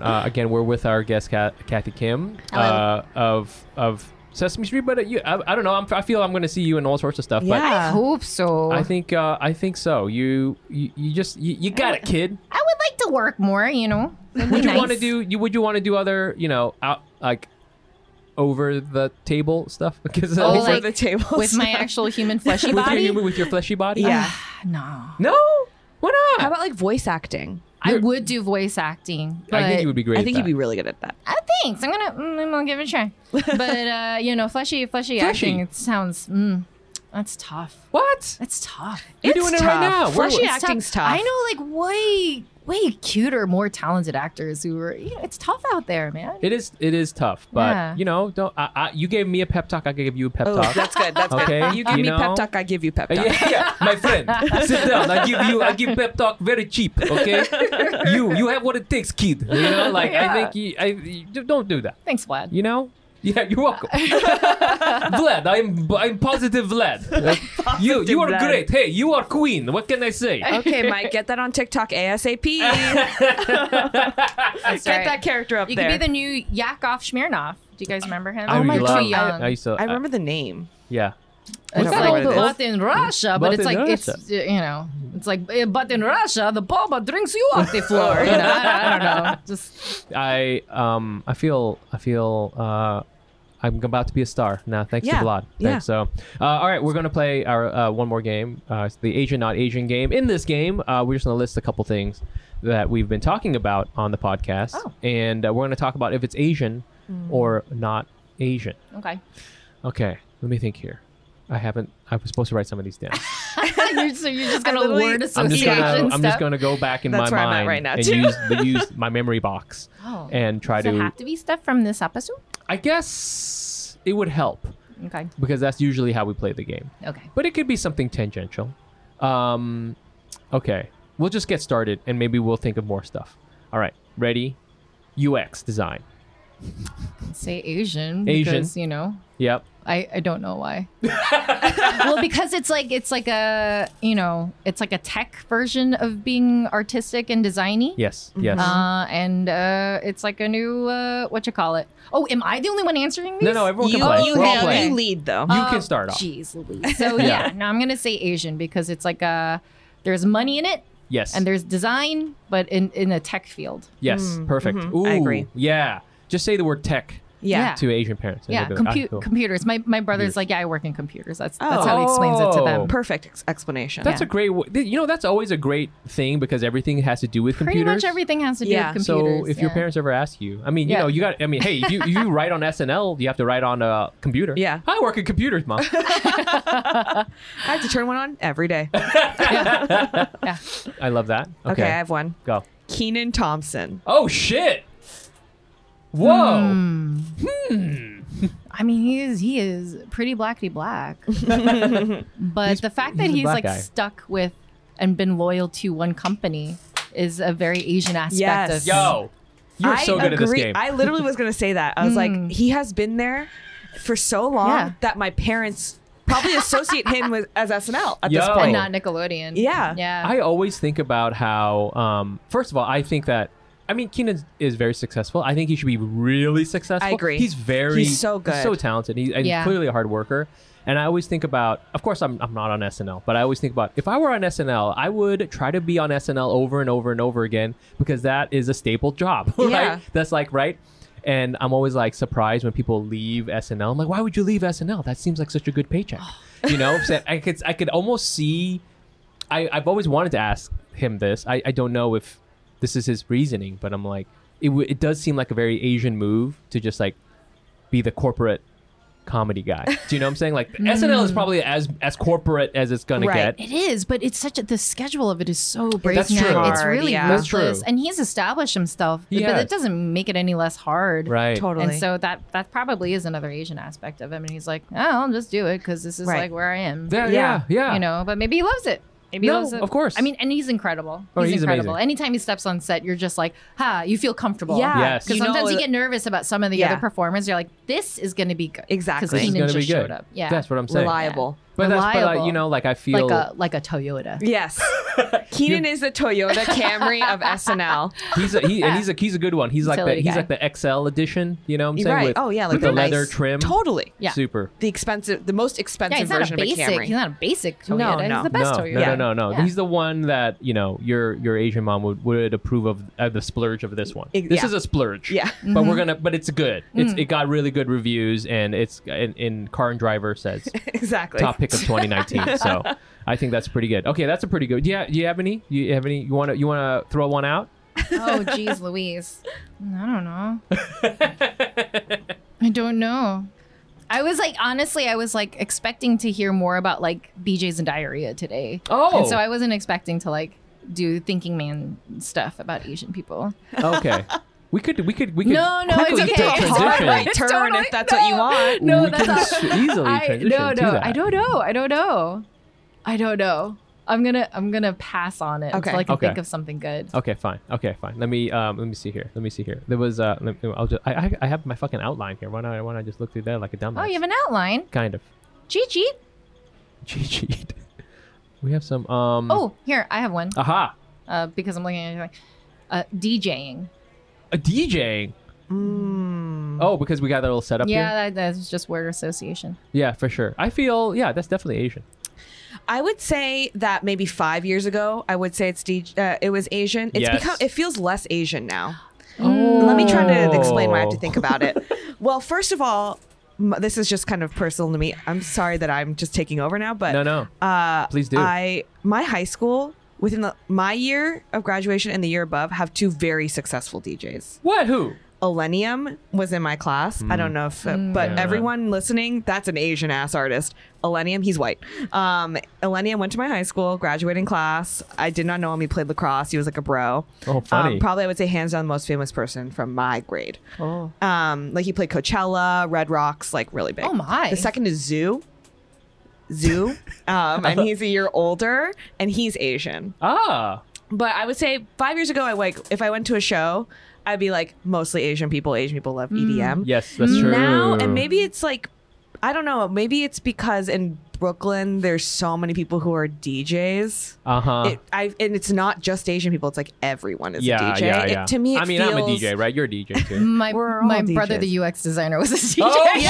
Speaker 1: Uh, again, we're with our guest Kat, Kathy Kim uh, of of Sesame Street. But uh, you, I, I don't know. I'm, I feel I'm going to see you in all sorts of stuff.
Speaker 4: Yeah.
Speaker 2: I hope so.
Speaker 1: But
Speaker 2: I,
Speaker 1: I think uh, I think so. You you, you just you, you got it, kid.
Speaker 2: would like to work more, you know. It'd be
Speaker 1: Would you
Speaker 2: nice.
Speaker 1: want to do? You would you want to do other? You know, out, like over the table stuff because
Speaker 2: Oh,
Speaker 4: Over
Speaker 2: like,
Speaker 4: the table
Speaker 2: with my
Speaker 4: stuff.
Speaker 2: actual human fleshy
Speaker 1: with
Speaker 2: body?
Speaker 1: your with your fleshy body.
Speaker 4: yeah.
Speaker 2: no.
Speaker 1: No. Why not?
Speaker 4: How about like voice acting?
Speaker 2: I
Speaker 1: You're-
Speaker 2: would do voice acting. But
Speaker 1: I think you would be great.
Speaker 4: I
Speaker 1: at
Speaker 4: think you'd
Speaker 1: that.
Speaker 4: be really good at that.
Speaker 2: I think so. Uh, I'm gonna, mm, I'm gonna give it a try. But uh, you know, fleshy, fleshy,
Speaker 1: Fleshy.
Speaker 2: acting. It sounds. Mm, that's tough.
Speaker 1: What?
Speaker 2: That's tough.
Speaker 1: You're
Speaker 4: It's
Speaker 1: doing it right
Speaker 4: tough.
Speaker 1: now. We're-
Speaker 4: Fleshy
Speaker 2: It's
Speaker 4: acting's tough.
Speaker 2: I know, like way, way cuter, more talented actors who are. You know, it's tough out there, man.
Speaker 1: It is. It is tough, but
Speaker 2: Yeah.
Speaker 1: you know, don't. I, I, you gave me a pep talk. I can give you a pep
Speaker 4: Oh,
Speaker 1: talk.
Speaker 4: that's good. That's
Speaker 1: Okay,
Speaker 4: good. You give
Speaker 1: you
Speaker 4: me
Speaker 1: know?
Speaker 4: pep talk, I give you pep talk.
Speaker 1: yeah, yeah, my friend, sit down. I give you, I give pep talk very cheap. Okay, you, you have what it takes, kid. You know, like I think you, I, you- don't do that.
Speaker 2: Thanks, Vlad.
Speaker 1: You know. Yeah, you're welcome, Vlad. I'm, I'm positive, Vlad. you, you are
Speaker 4: Vlad.
Speaker 1: great. Hey, you are queen. What can I say?
Speaker 4: Okay, Mike, get that on TikTok ASAP.
Speaker 2: That's
Speaker 4: get
Speaker 2: right.
Speaker 4: that character up
Speaker 2: You
Speaker 4: there.
Speaker 2: could be the new Yakov Smirnov. Do you guys remember him?
Speaker 1: I
Speaker 4: Oh my
Speaker 1: love-
Speaker 4: God.
Speaker 2: Too young.
Speaker 1: I used to. uh,
Speaker 4: I remember the name.
Speaker 1: yeah.
Speaker 2: It's
Speaker 4: I don't
Speaker 2: like
Speaker 4: remember this.
Speaker 2: but in Russia, but
Speaker 1: But
Speaker 2: it's
Speaker 1: in
Speaker 2: like it's
Speaker 1: Russia.
Speaker 2: uh, you know, it's like uh, but in Russia, the boba drinks you off the floor. you know, I, I don't know. Just
Speaker 1: I um I feel I feel uh I'm about to be a star now. Thanks
Speaker 4: Yeah.
Speaker 1: to Vlad. Thanks.
Speaker 4: Yeah.
Speaker 1: So, uh, all right, we're gonna play our uh, one more game. Uh, it's the Asian not Asian game. In this game, uh, we're just gonna list a couple things that we've been talking about on the podcast,
Speaker 2: Oh.
Speaker 1: and uh, we're gonna talk about if it's Asian
Speaker 4: Hmm.
Speaker 1: or not Asian.
Speaker 2: okay.
Speaker 1: Okay, let me think here. I haven't. I was supposed to write some of these down.
Speaker 2: You're- so you're just gonna
Speaker 4: literally-
Speaker 2: word
Speaker 1: I'm just
Speaker 2: association
Speaker 1: gonna
Speaker 4: Association
Speaker 1: I'm
Speaker 2: stuff.
Speaker 1: just gonna go back in
Speaker 4: That's
Speaker 1: my
Speaker 4: where I'm at
Speaker 1: mind
Speaker 4: right now,
Speaker 1: and
Speaker 4: too.
Speaker 1: use the, use my memory box
Speaker 2: Oh.
Speaker 1: and try
Speaker 2: Does it
Speaker 1: to.
Speaker 2: have to be stuff from this episode?
Speaker 1: I guess it would help
Speaker 2: Okay.
Speaker 1: because that's usually how we play the game.
Speaker 2: Okay.
Speaker 1: but it could be something tangential. Um, okay, we'll just get started and maybe we'll think of more stuff. All right, ready? UX design.
Speaker 2: Say Asian.
Speaker 1: Asian.
Speaker 2: Because, you know,
Speaker 1: Yep.
Speaker 2: I, I don't know why. well, because it's like it's like a you know it's like a tech version of being artistic and designy.
Speaker 1: Yes. Yes.
Speaker 4: Mm-hmm.
Speaker 2: Uh, and uh, it's like a new uh, what you call it? Oh, am I the only one answering these?
Speaker 1: no, no, everyone
Speaker 4: You,
Speaker 1: can play.
Speaker 4: you,
Speaker 1: We're all
Speaker 4: have-
Speaker 1: playing.
Speaker 4: you lead though.
Speaker 1: You can start off.
Speaker 2: Jeez, Louise. So
Speaker 1: Yeah.
Speaker 2: yeah. no, I'm gonna say Asian because it's like uh there's money in it
Speaker 1: Yes.
Speaker 2: and there's design, but in in a tech field.
Speaker 1: yes.
Speaker 4: Mm,
Speaker 1: perfect. Ooh,
Speaker 4: mhm, I agree.
Speaker 1: Yeah. Just say the word tech
Speaker 4: yeah.
Speaker 1: to Asian parents. and
Speaker 2: Yeah,
Speaker 1: they'll be like,
Speaker 2: compu-
Speaker 1: "Ah, cool."
Speaker 2: computers. My my brother's
Speaker 1: Computers.
Speaker 2: like, yeah, I work in computers. That's
Speaker 4: Oh.
Speaker 2: that's how he explains it to
Speaker 1: Oh.
Speaker 2: them.
Speaker 4: Perfect ex- explanation.
Speaker 1: That's
Speaker 2: Yeah.
Speaker 1: a great. W- you know, that's always a great thing because everything has to do with
Speaker 2: Pretty
Speaker 1: computers.
Speaker 2: much everything has to do
Speaker 4: Yeah.
Speaker 2: with computers.
Speaker 1: So if your
Speaker 2: yeah.
Speaker 1: parents ever ask you, I mean, you
Speaker 2: Yeah.
Speaker 1: know, you got. I mean, hey, if you if you write on SNL, you have to write on a computer.
Speaker 4: Yeah.
Speaker 1: I work in computers, mom.
Speaker 4: I have to turn one on every day. okay.
Speaker 2: yeah.
Speaker 1: I love that. Okay,
Speaker 4: I have one.
Speaker 1: go.
Speaker 4: Keenan Thompson.
Speaker 1: Oh shit! Whoa!
Speaker 2: I mean, he is he is pretty blackety black. but the fact that
Speaker 1: he's a
Speaker 2: he's,
Speaker 1: black
Speaker 2: like
Speaker 1: guy.
Speaker 2: stuck with and been loyal to one company is a very Asian aspect
Speaker 4: Yes.
Speaker 2: of him.
Speaker 1: Yo, you're
Speaker 4: I
Speaker 1: so good at this
Speaker 4: agree-
Speaker 1: game.
Speaker 4: I literally was going to say that. I was like, he has been there for so long
Speaker 2: Hmm. Yeah.
Speaker 4: that my parents probably associate him with as SNL at this
Speaker 1: Yo.
Speaker 2: and
Speaker 4: point.
Speaker 2: not Nickelodeon.
Speaker 4: Yeah.
Speaker 2: Yeah.
Speaker 1: I always think about how. Um, first of all, I think that. I mean, Keenan is very successful. I think he should be really successful.
Speaker 4: I agree.
Speaker 1: He's very
Speaker 4: He's so good.
Speaker 1: so talented. He, and
Speaker 2: Yeah.
Speaker 1: clearly a hard worker. And I always think about. Of course, I'm I'm not on SNL, but I always think about if I were on SNL, I would try to be on SNL over and over and over again because that is a staple job. right?
Speaker 4: Yeah.
Speaker 1: That's like right. And I'm always like surprised when people leave SNL. I'm like, why would you leave SNL? That seems like such a good paycheck. you know, so I could I could almost see I, I've always wanted to ask him this. I, I don't know if this is his reasoning, but I'm like, it, w- it does seem like a very Asian move to just like be the corporate comedy guy. Do you know what I'm saying? Like
Speaker 2: Mm.
Speaker 1: SNL is probably as as corporate as it's gonna
Speaker 4: Right.
Speaker 1: get.
Speaker 2: It is, but it's such a, the schedule of it is so breakneck.
Speaker 1: true.
Speaker 2: It's
Speaker 4: Hard,
Speaker 2: really
Speaker 4: yeah.
Speaker 1: That's
Speaker 2: ruthless,
Speaker 1: true.
Speaker 2: and he's established himself,
Speaker 1: He
Speaker 2: but
Speaker 1: has.
Speaker 2: it doesn't make it any less hard.
Speaker 1: Right.
Speaker 4: Totally.
Speaker 2: And so that that probably is another Asian aspect of him, and he's like, oh, I'll just do it because this is
Speaker 4: Right.
Speaker 2: like where I am.
Speaker 1: Yeah, yeah,
Speaker 4: Yeah.
Speaker 1: yeah.
Speaker 2: You know, but maybe he loves it. Maybe
Speaker 1: No,
Speaker 2: he loves it.
Speaker 1: of course.
Speaker 2: I mean, and he's incredible.
Speaker 1: Oh, he's
Speaker 2: incredible.
Speaker 1: amazing.
Speaker 2: Anytime he steps on set, you're just like, ha, you feel comfortable.
Speaker 4: Yeah.
Speaker 1: Yes.
Speaker 2: Because
Speaker 4: You know
Speaker 2: sometimes you
Speaker 4: that-
Speaker 2: get nervous about some of the
Speaker 4: Yeah.
Speaker 2: other performers. You're like, this is going to be good. 'Cause
Speaker 4: Exactly. This is
Speaker 1: It's
Speaker 2: Keenan
Speaker 1: gonna
Speaker 2: just
Speaker 1: be good.
Speaker 2: showed up. Yeah.
Speaker 1: That's what I'm saying.
Speaker 4: Reliable.
Speaker 1: But that's but I,
Speaker 2: Reliable.
Speaker 1: you know, like I feel
Speaker 2: like a like a Toyota.
Speaker 4: Yes. Keenan is the Toyota Camry of SNL.
Speaker 1: he's a, he, and he's a he's a good one. He's like the,
Speaker 2: Utility
Speaker 1: he's
Speaker 2: guy.
Speaker 1: like the XL edition. You know what I'm saying?
Speaker 4: right.
Speaker 1: With,
Speaker 4: oh yeah, like
Speaker 1: with the
Speaker 4: nice-
Speaker 1: leather trim.
Speaker 4: Totally.
Speaker 2: Yeah.
Speaker 1: Super.
Speaker 4: The expensive, the most
Speaker 2: Yeah,
Speaker 4: expensive
Speaker 2: he's not a
Speaker 4: version of a
Speaker 2: basic.
Speaker 4: Camry.
Speaker 2: He's not a basic
Speaker 4: No,
Speaker 2: Toyota.
Speaker 4: no.
Speaker 2: He's the best
Speaker 1: no,
Speaker 2: Toyota.
Speaker 1: no,
Speaker 4: Yeah.
Speaker 1: no, no, no.
Speaker 2: Yeah.
Speaker 1: He's the one that you know your your Asian mom would, would approve of uh, the splurge of this one.
Speaker 4: Ex-
Speaker 1: This
Speaker 4: yeah.
Speaker 1: is a splurge.
Speaker 4: Yeah.
Speaker 1: but
Speaker 2: Mm-hmm.
Speaker 1: we're gonna. But it's good. It's
Speaker 2: Mm.
Speaker 1: it got really good reviews, and it's in, in Car and Driver says
Speaker 4: exactly.
Speaker 1: top pick of 2019. so I think that's pretty good. Okay, that's a pretty good. Yeah, do you have any? You have any? You wanna you wanna throw one out?
Speaker 2: Oh, geez, Louise. I don't know. I don't know. I was like, honestly, I was like expecting to hear more about like BJ's and diarrhea today.
Speaker 1: Oh.
Speaker 2: And so I wasn't expecting to like do thinking man stuff about Asian people.
Speaker 1: Okay, we could we could we could
Speaker 2: No, no, it's
Speaker 1: quickly
Speaker 2: okay.
Speaker 1: do a
Speaker 2: It's
Speaker 4: Hard
Speaker 1: transition.
Speaker 4: right
Speaker 2: It's
Speaker 4: turn
Speaker 2: totally-
Speaker 4: if that's what you
Speaker 2: no.
Speaker 4: want.
Speaker 2: No,
Speaker 1: we
Speaker 2: that's
Speaker 1: can
Speaker 2: not-
Speaker 1: s- easily
Speaker 2: I
Speaker 1: transition
Speaker 2: no
Speaker 1: to
Speaker 2: no
Speaker 1: that.
Speaker 2: I don't know I don't know I don't know I'm gonna I'm gonna pass on it
Speaker 4: Okay.
Speaker 2: until I can
Speaker 1: Okay.
Speaker 2: think of something good.
Speaker 1: Okay, fine. Okay, fine. Let me um, let me see here. Let me see here. There was uh, let me, I'll just I, I I have my fucking outline here. Why not? Why not just look through there like a dumbass?
Speaker 2: Oh, you have an outline.
Speaker 1: kind of.
Speaker 2: Cheat cheat.
Speaker 1: Cheat sheet. We have some. Um.
Speaker 2: Oh, here I have one
Speaker 1: Aha.
Speaker 2: uh, because I'm looking at everything. Uh, DJing.
Speaker 1: A DJing.
Speaker 4: Mm.
Speaker 1: Oh, because we got that little setup
Speaker 2: yeah,
Speaker 1: here.
Speaker 2: that, that's just word association.
Speaker 1: Yeah, for sure. I feel. Yeah, that's definitely Asian.
Speaker 4: I would say that maybe five years ago, I would say it's DJ, uh, it was Asian. It's
Speaker 1: Yes.
Speaker 4: become it feels less Asian now.
Speaker 1: Oh.
Speaker 4: Let me try to explain why I have to think about it. well, first of all, m- this is just kind of personal to me. I'm sorry that I'm just taking over now, but
Speaker 1: No, no.
Speaker 4: Uh,
Speaker 1: Please do.
Speaker 4: I my high school within the, my year of graduation and the year above have two very successful DJs.
Speaker 1: What? Who?
Speaker 4: Elenium was in my class. I don't know if, uh,
Speaker 2: Hmm.
Speaker 4: but
Speaker 1: Hmm. Yeah.
Speaker 4: everyone listening, that's an Asian ass artist. Elenium, he's white. Um, Elenium went to my high school, graduating class. I did not know him. He played lacrosse. He was like a bro.
Speaker 1: Oh, funny.
Speaker 4: Um, probably, I would say hands down the most famous person from my grade. Oh. Um, like he played Coachella, Red Rocks, like really big.
Speaker 2: Oh, my.
Speaker 4: The second is Zoo. Zoo, um, and he's a year older, and he's Asian.
Speaker 1: Ah.
Speaker 4: But I would say five years ago, I like if I went to a show, I'd be like mostly Asian people. Asian people
Speaker 1: Mm.
Speaker 4: love EDM.
Speaker 1: Yes, that's true.
Speaker 4: Now and maybe it's like I don't know. Maybe it's because in Brooklyn there's so many people who are DJs.
Speaker 1: Uh huh.
Speaker 4: It, I and it's not just Asian people. It's like everyone is
Speaker 1: Yeah,
Speaker 4: a DJ.
Speaker 1: yeah,
Speaker 4: It-
Speaker 1: yeah.
Speaker 4: to me, it
Speaker 1: I mean, I'm a
Speaker 4: feels-
Speaker 1: DJ, right? You're a DJ too.
Speaker 2: My,
Speaker 4: We're all
Speaker 2: my brother,
Speaker 4: DJs.
Speaker 2: the UX designer, was a DJ.
Speaker 1: oh shit!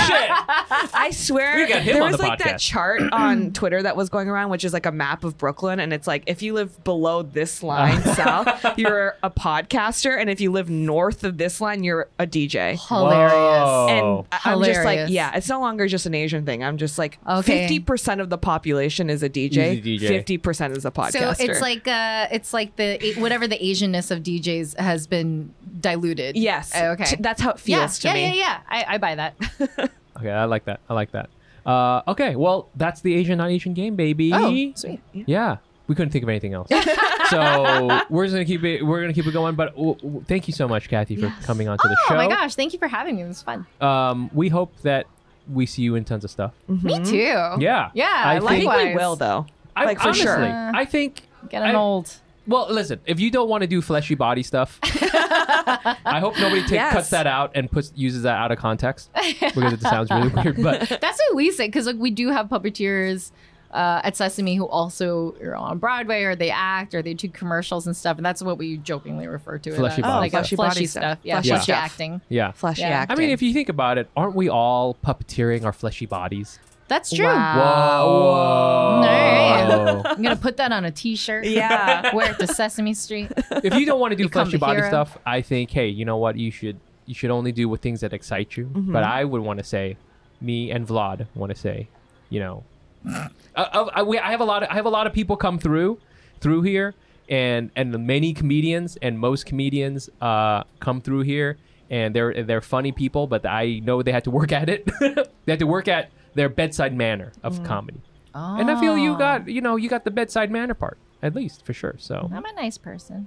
Speaker 4: I swear,
Speaker 1: We got him
Speaker 4: there
Speaker 1: on
Speaker 4: was
Speaker 1: the
Speaker 4: like
Speaker 1: podcast.
Speaker 4: that chart on Twitter that was going around, which is like a map of Brooklyn, and it's like if you live below this line south, you're a podcaster, and if you live north of this line, you're a DJ.
Speaker 2: Hilarious.
Speaker 1: Whoa.
Speaker 4: And I- I'm just like,
Speaker 2: Hilarious.
Speaker 4: yeah, it's no longer just an Asian thing. I'm just like,
Speaker 2: Okay.
Speaker 4: fifty percent of the population is a DJ,
Speaker 1: He's a DJ.
Speaker 4: fifty percent is
Speaker 2: So
Speaker 4: a podcaster.
Speaker 2: it's like uh, it's like the whatever the Asianness of DJs has been diluted.
Speaker 4: yes,
Speaker 2: Uh, Okay.
Speaker 4: T- that's how it
Speaker 2: yeah,
Speaker 4: feels
Speaker 2: yeah,
Speaker 4: to
Speaker 2: yeah,
Speaker 4: me.
Speaker 2: yeah. I, I buy that.
Speaker 1: Okay, I like that. I like that. Uh, okay, well, that's the Asian not Asian game, baby.
Speaker 2: Oh, sweet.
Speaker 1: Yeah, we couldn't think of anything else, so we're just gonna keep it. We're gonna keep it going. But w- w- thank you so much, Kathy, for coming onto the
Speaker 2: Oh
Speaker 1: show.
Speaker 2: my gosh! Thank you for having me. It was fun.
Speaker 1: Um, we hope that we see you in tons of stuff.
Speaker 2: Me too.
Speaker 1: Mm-hmm. Yeah,
Speaker 2: Mm-hmm. Yeah.
Speaker 1: I
Speaker 4: I think
Speaker 2: likewise.
Speaker 4: we will though,
Speaker 1: I,
Speaker 4: like for
Speaker 1: honestly,
Speaker 4: sure.
Speaker 2: Uh,
Speaker 1: I think.
Speaker 2: Getting
Speaker 1: I-
Speaker 2: old.
Speaker 1: Well, listen. If you don't want to do fleshy body stuff, I hope nobody takes
Speaker 4: Yes.
Speaker 1: cuts that out and puts uses that out of context because it sounds really weird. But
Speaker 2: That's what we say because like we do have puppeteers uh, at Sesame who also are on Broadway or they act or they do commercials and stuff, and that's what we jokingly refer to
Speaker 1: Fleshy
Speaker 2: it as.
Speaker 1: body
Speaker 2: like
Speaker 4: stuff.
Speaker 2: fleshy,
Speaker 4: Fleshy
Speaker 2: fleshy
Speaker 4: stuff.
Speaker 2: stuff. Yeah,
Speaker 4: Fleshy
Speaker 2: fleshy
Speaker 4: stuff.
Speaker 2: acting.
Speaker 1: yeah,
Speaker 4: fleshy
Speaker 2: Yeah. I mean,
Speaker 1: I
Speaker 4: acting.
Speaker 1: mean, if you think about it, aren't we all puppeteering our fleshy bodies?
Speaker 2: That's true.
Speaker 1: Whoa.
Speaker 2: Nice. I'm gonna put that on a T-shirt.
Speaker 4: Yeah.
Speaker 2: wear it to Sesame Street.
Speaker 1: if you don't want to do
Speaker 2: Become
Speaker 1: fleshy
Speaker 2: the
Speaker 1: body
Speaker 2: hero.
Speaker 1: stuff, I think, hey, you know what? You should you should only do with things that excite you. But I would want to say, me and Vlad want to say, you know, I, I, we- I have a lot. Of, I have a lot of people come through through here, and and many comedians and most comedians uh, come through here, and they're they're funny people. But I know they had to work at it. they had to work at their bedside manner of comedy. And I feel you got you know you got the bedside manner part at least for sure. So
Speaker 2: I'm a nice person.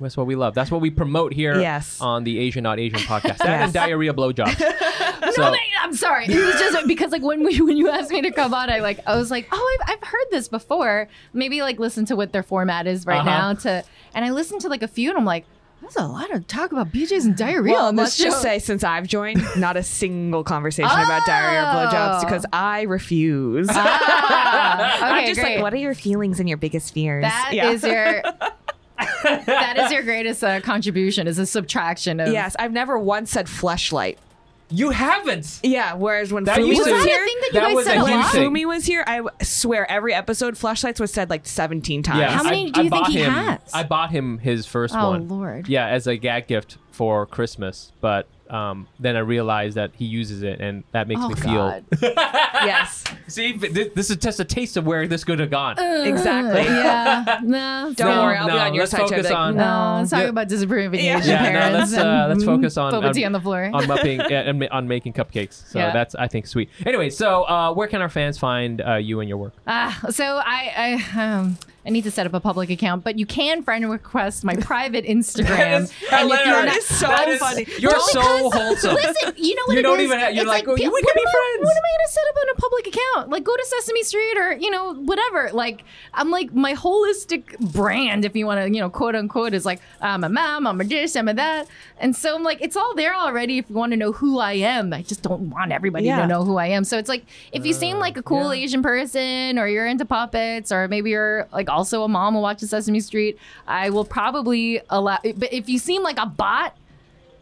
Speaker 1: that's what we love. That's what we promote here
Speaker 4: Yes.
Speaker 1: on the Asian Not Asian podcast. That and diarrhea blowjobs. so,
Speaker 2: No, but I'm sorry. It was just because like when we when you asked me to come on, I like I was like, oh, I've, I've heard this before. Maybe like listen to what their format is right
Speaker 1: Uh-huh.
Speaker 2: now. To and I listened to like a few, and I'm like, there's a lot of talk about BJ's and diarrhea
Speaker 4: Well,
Speaker 2: on this
Speaker 4: let's
Speaker 2: show.
Speaker 4: just say since I've joined, not a single conversation about diarrhea or blowjobs
Speaker 2: Oh.
Speaker 4: because I refuse.
Speaker 2: Ah, okay,
Speaker 4: I'm just
Speaker 2: great.
Speaker 4: like, what are your feelings and your biggest fears?
Speaker 2: That
Speaker 4: Yeah.
Speaker 2: is your. that is your greatest uh, contribution is a subtraction of
Speaker 4: yes, I've never once said fleshlight.
Speaker 1: you haven't.
Speaker 4: Yeah, whereas when
Speaker 1: That
Speaker 4: Fumi
Speaker 1: used
Speaker 4: was
Speaker 1: to-
Speaker 2: was that
Speaker 4: here,
Speaker 2: a thing that you
Speaker 1: That was
Speaker 2: guys said
Speaker 1: a
Speaker 2: a
Speaker 1: huge
Speaker 4: when
Speaker 2: lot?
Speaker 1: thing.
Speaker 4: Fumi was here, I swear every episode fleshlights was said like 17 times.
Speaker 1: Yeah,
Speaker 2: How many
Speaker 1: I,
Speaker 2: do you
Speaker 1: I
Speaker 2: think
Speaker 1: bought
Speaker 2: he
Speaker 1: him,
Speaker 2: has?
Speaker 1: I bought him his first one.
Speaker 2: Oh, Lord.
Speaker 1: Yeah, as a gag gift for Christmas, but um, then I realized that he uses it, and that makes
Speaker 2: Oh
Speaker 1: me
Speaker 2: God!
Speaker 4: yes,
Speaker 1: feel. See, this, this is just a taste of where this could have gone.
Speaker 4: exactly.
Speaker 2: Uh, yeah, no.
Speaker 4: Don't
Speaker 1: No,
Speaker 4: worry, I'll
Speaker 1: no,
Speaker 4: be on your
Speaker 1: let's
Speaker 4: side. Chad,
Speaker 1: focus
Speaker 4: like,
Speaker 1: on-
Speaker 2: No, it's talking
Speaker 1: Yeah.
Speaker 2: about disapproving
Speaker 4: Yeah.
Speaker 2: Asian
Speaker 1: yeah, no,
Speaker 2: parents.
Speaker 1: let's uh, let's
Speaker 2: and
Speaker 1: focus on um,
Speaker 2: boba
Speaker 1: on-
Speaker 2: tea on the floor.
Speaker 1: on mupping yeah, and ma- on making cupcakes. So
Speaker 2: Yeah.
Speaker 1: that's I think sweet. Anyway, so uh, where can our fans find uh, you and your work?
Speaker 2: Ah, so I, I, um, I need to set up a public account, but you can friend request my private Instagram. and if you're
Speaker 4: That
Speaker 2: not,
Speaker 4: is so funny.
Speaker 1: You're
Speaker 2: Well,
Speaker 1: so
Speaker 2: because-
Speaker 1: wholesome.
Speaker 2: Listen, you know what
Speaker 1: You
Speaker 2: it
Speaker 1: don't
Speaker 2: is?
Speaker 1: even have- you're
Speaker 2: It's
Speaker 1: like, "Oh, you- we
Speaker 2: what
Speaker 1: can be
Speaker 2: am I-
Speaker 1: friends."
Speaker 2: What am I gonna set up on a public account? Like, go to Sesame Street or you know whatever. Like, I'm like my holistic brand, if you want to, you know, quote unquote, is like I'm a mom, I'm a this, I'm a that, and so I'm like, it's all there already. If you want to know who I am, I just don't want everybody
Speaker 4: Yeah.
Speaker 2: to know who I am. So it's like if you seem
Speaker 1: Uh,
Speaker 2: like a cool Asian person, or you're into puppets, or maybe you're like also a mom who watches Sesame Street, I will probably allow. But if you seem like a bot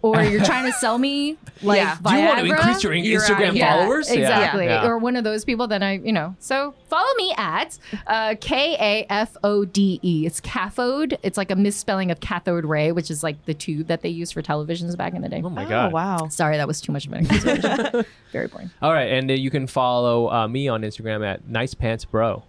Speaker 2: or you're trying to sell me like
Speaker 4: Yeah.
Speaker 2: Viagra.
Speaker 1: Do you want to increase your
Speaker 4: You're out of
Speaker 1: Instagram
Speaker 4: here.
Speaker 2: Yeah,
Speaker 1: followers? Yeah.
Speaker 2: exactly,
Speaker 1: Yeah.
Speaker 2: or one of those people that I, you know. So follow me at uh, K A F O D E. It's cathode. It's like a misspelling of cathode ray, which is like the tube that they used for televisions back in the day.
Speaker 1: Oh my god!
Speaker 4: wow.
Speaker 2: Sorry, that was too much of an explanation. Very boring.
Speaker 1: All right, and uh, you can follow uh, me on Instagram at nicepants bro.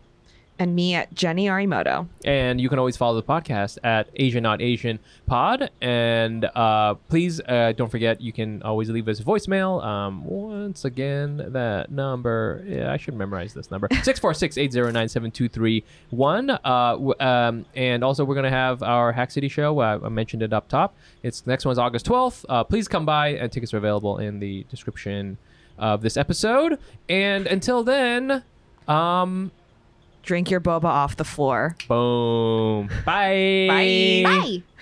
Speaker 4: and me at Jenny Arimoto.
Speaker 1: And you can always follow the podcast at Asian Not Asian Pod. And uh, please uh, don't forget, you can always leave us a voicemail. Um, once again, that number, yeah, I should memorize this number 646 809 7231. Uh, um, And also, we're going to have our Hack City show. Uh, I mentioned it up top. It's the next one's August 12th. Uh, please come by, and tickets are available in the description of this episode. And until then, um,
Speaker 4: Drink your boba off the floor.
Speaker 1: Boom. Bye.
Speaker 4: Bye.
Speaker 2: Bye.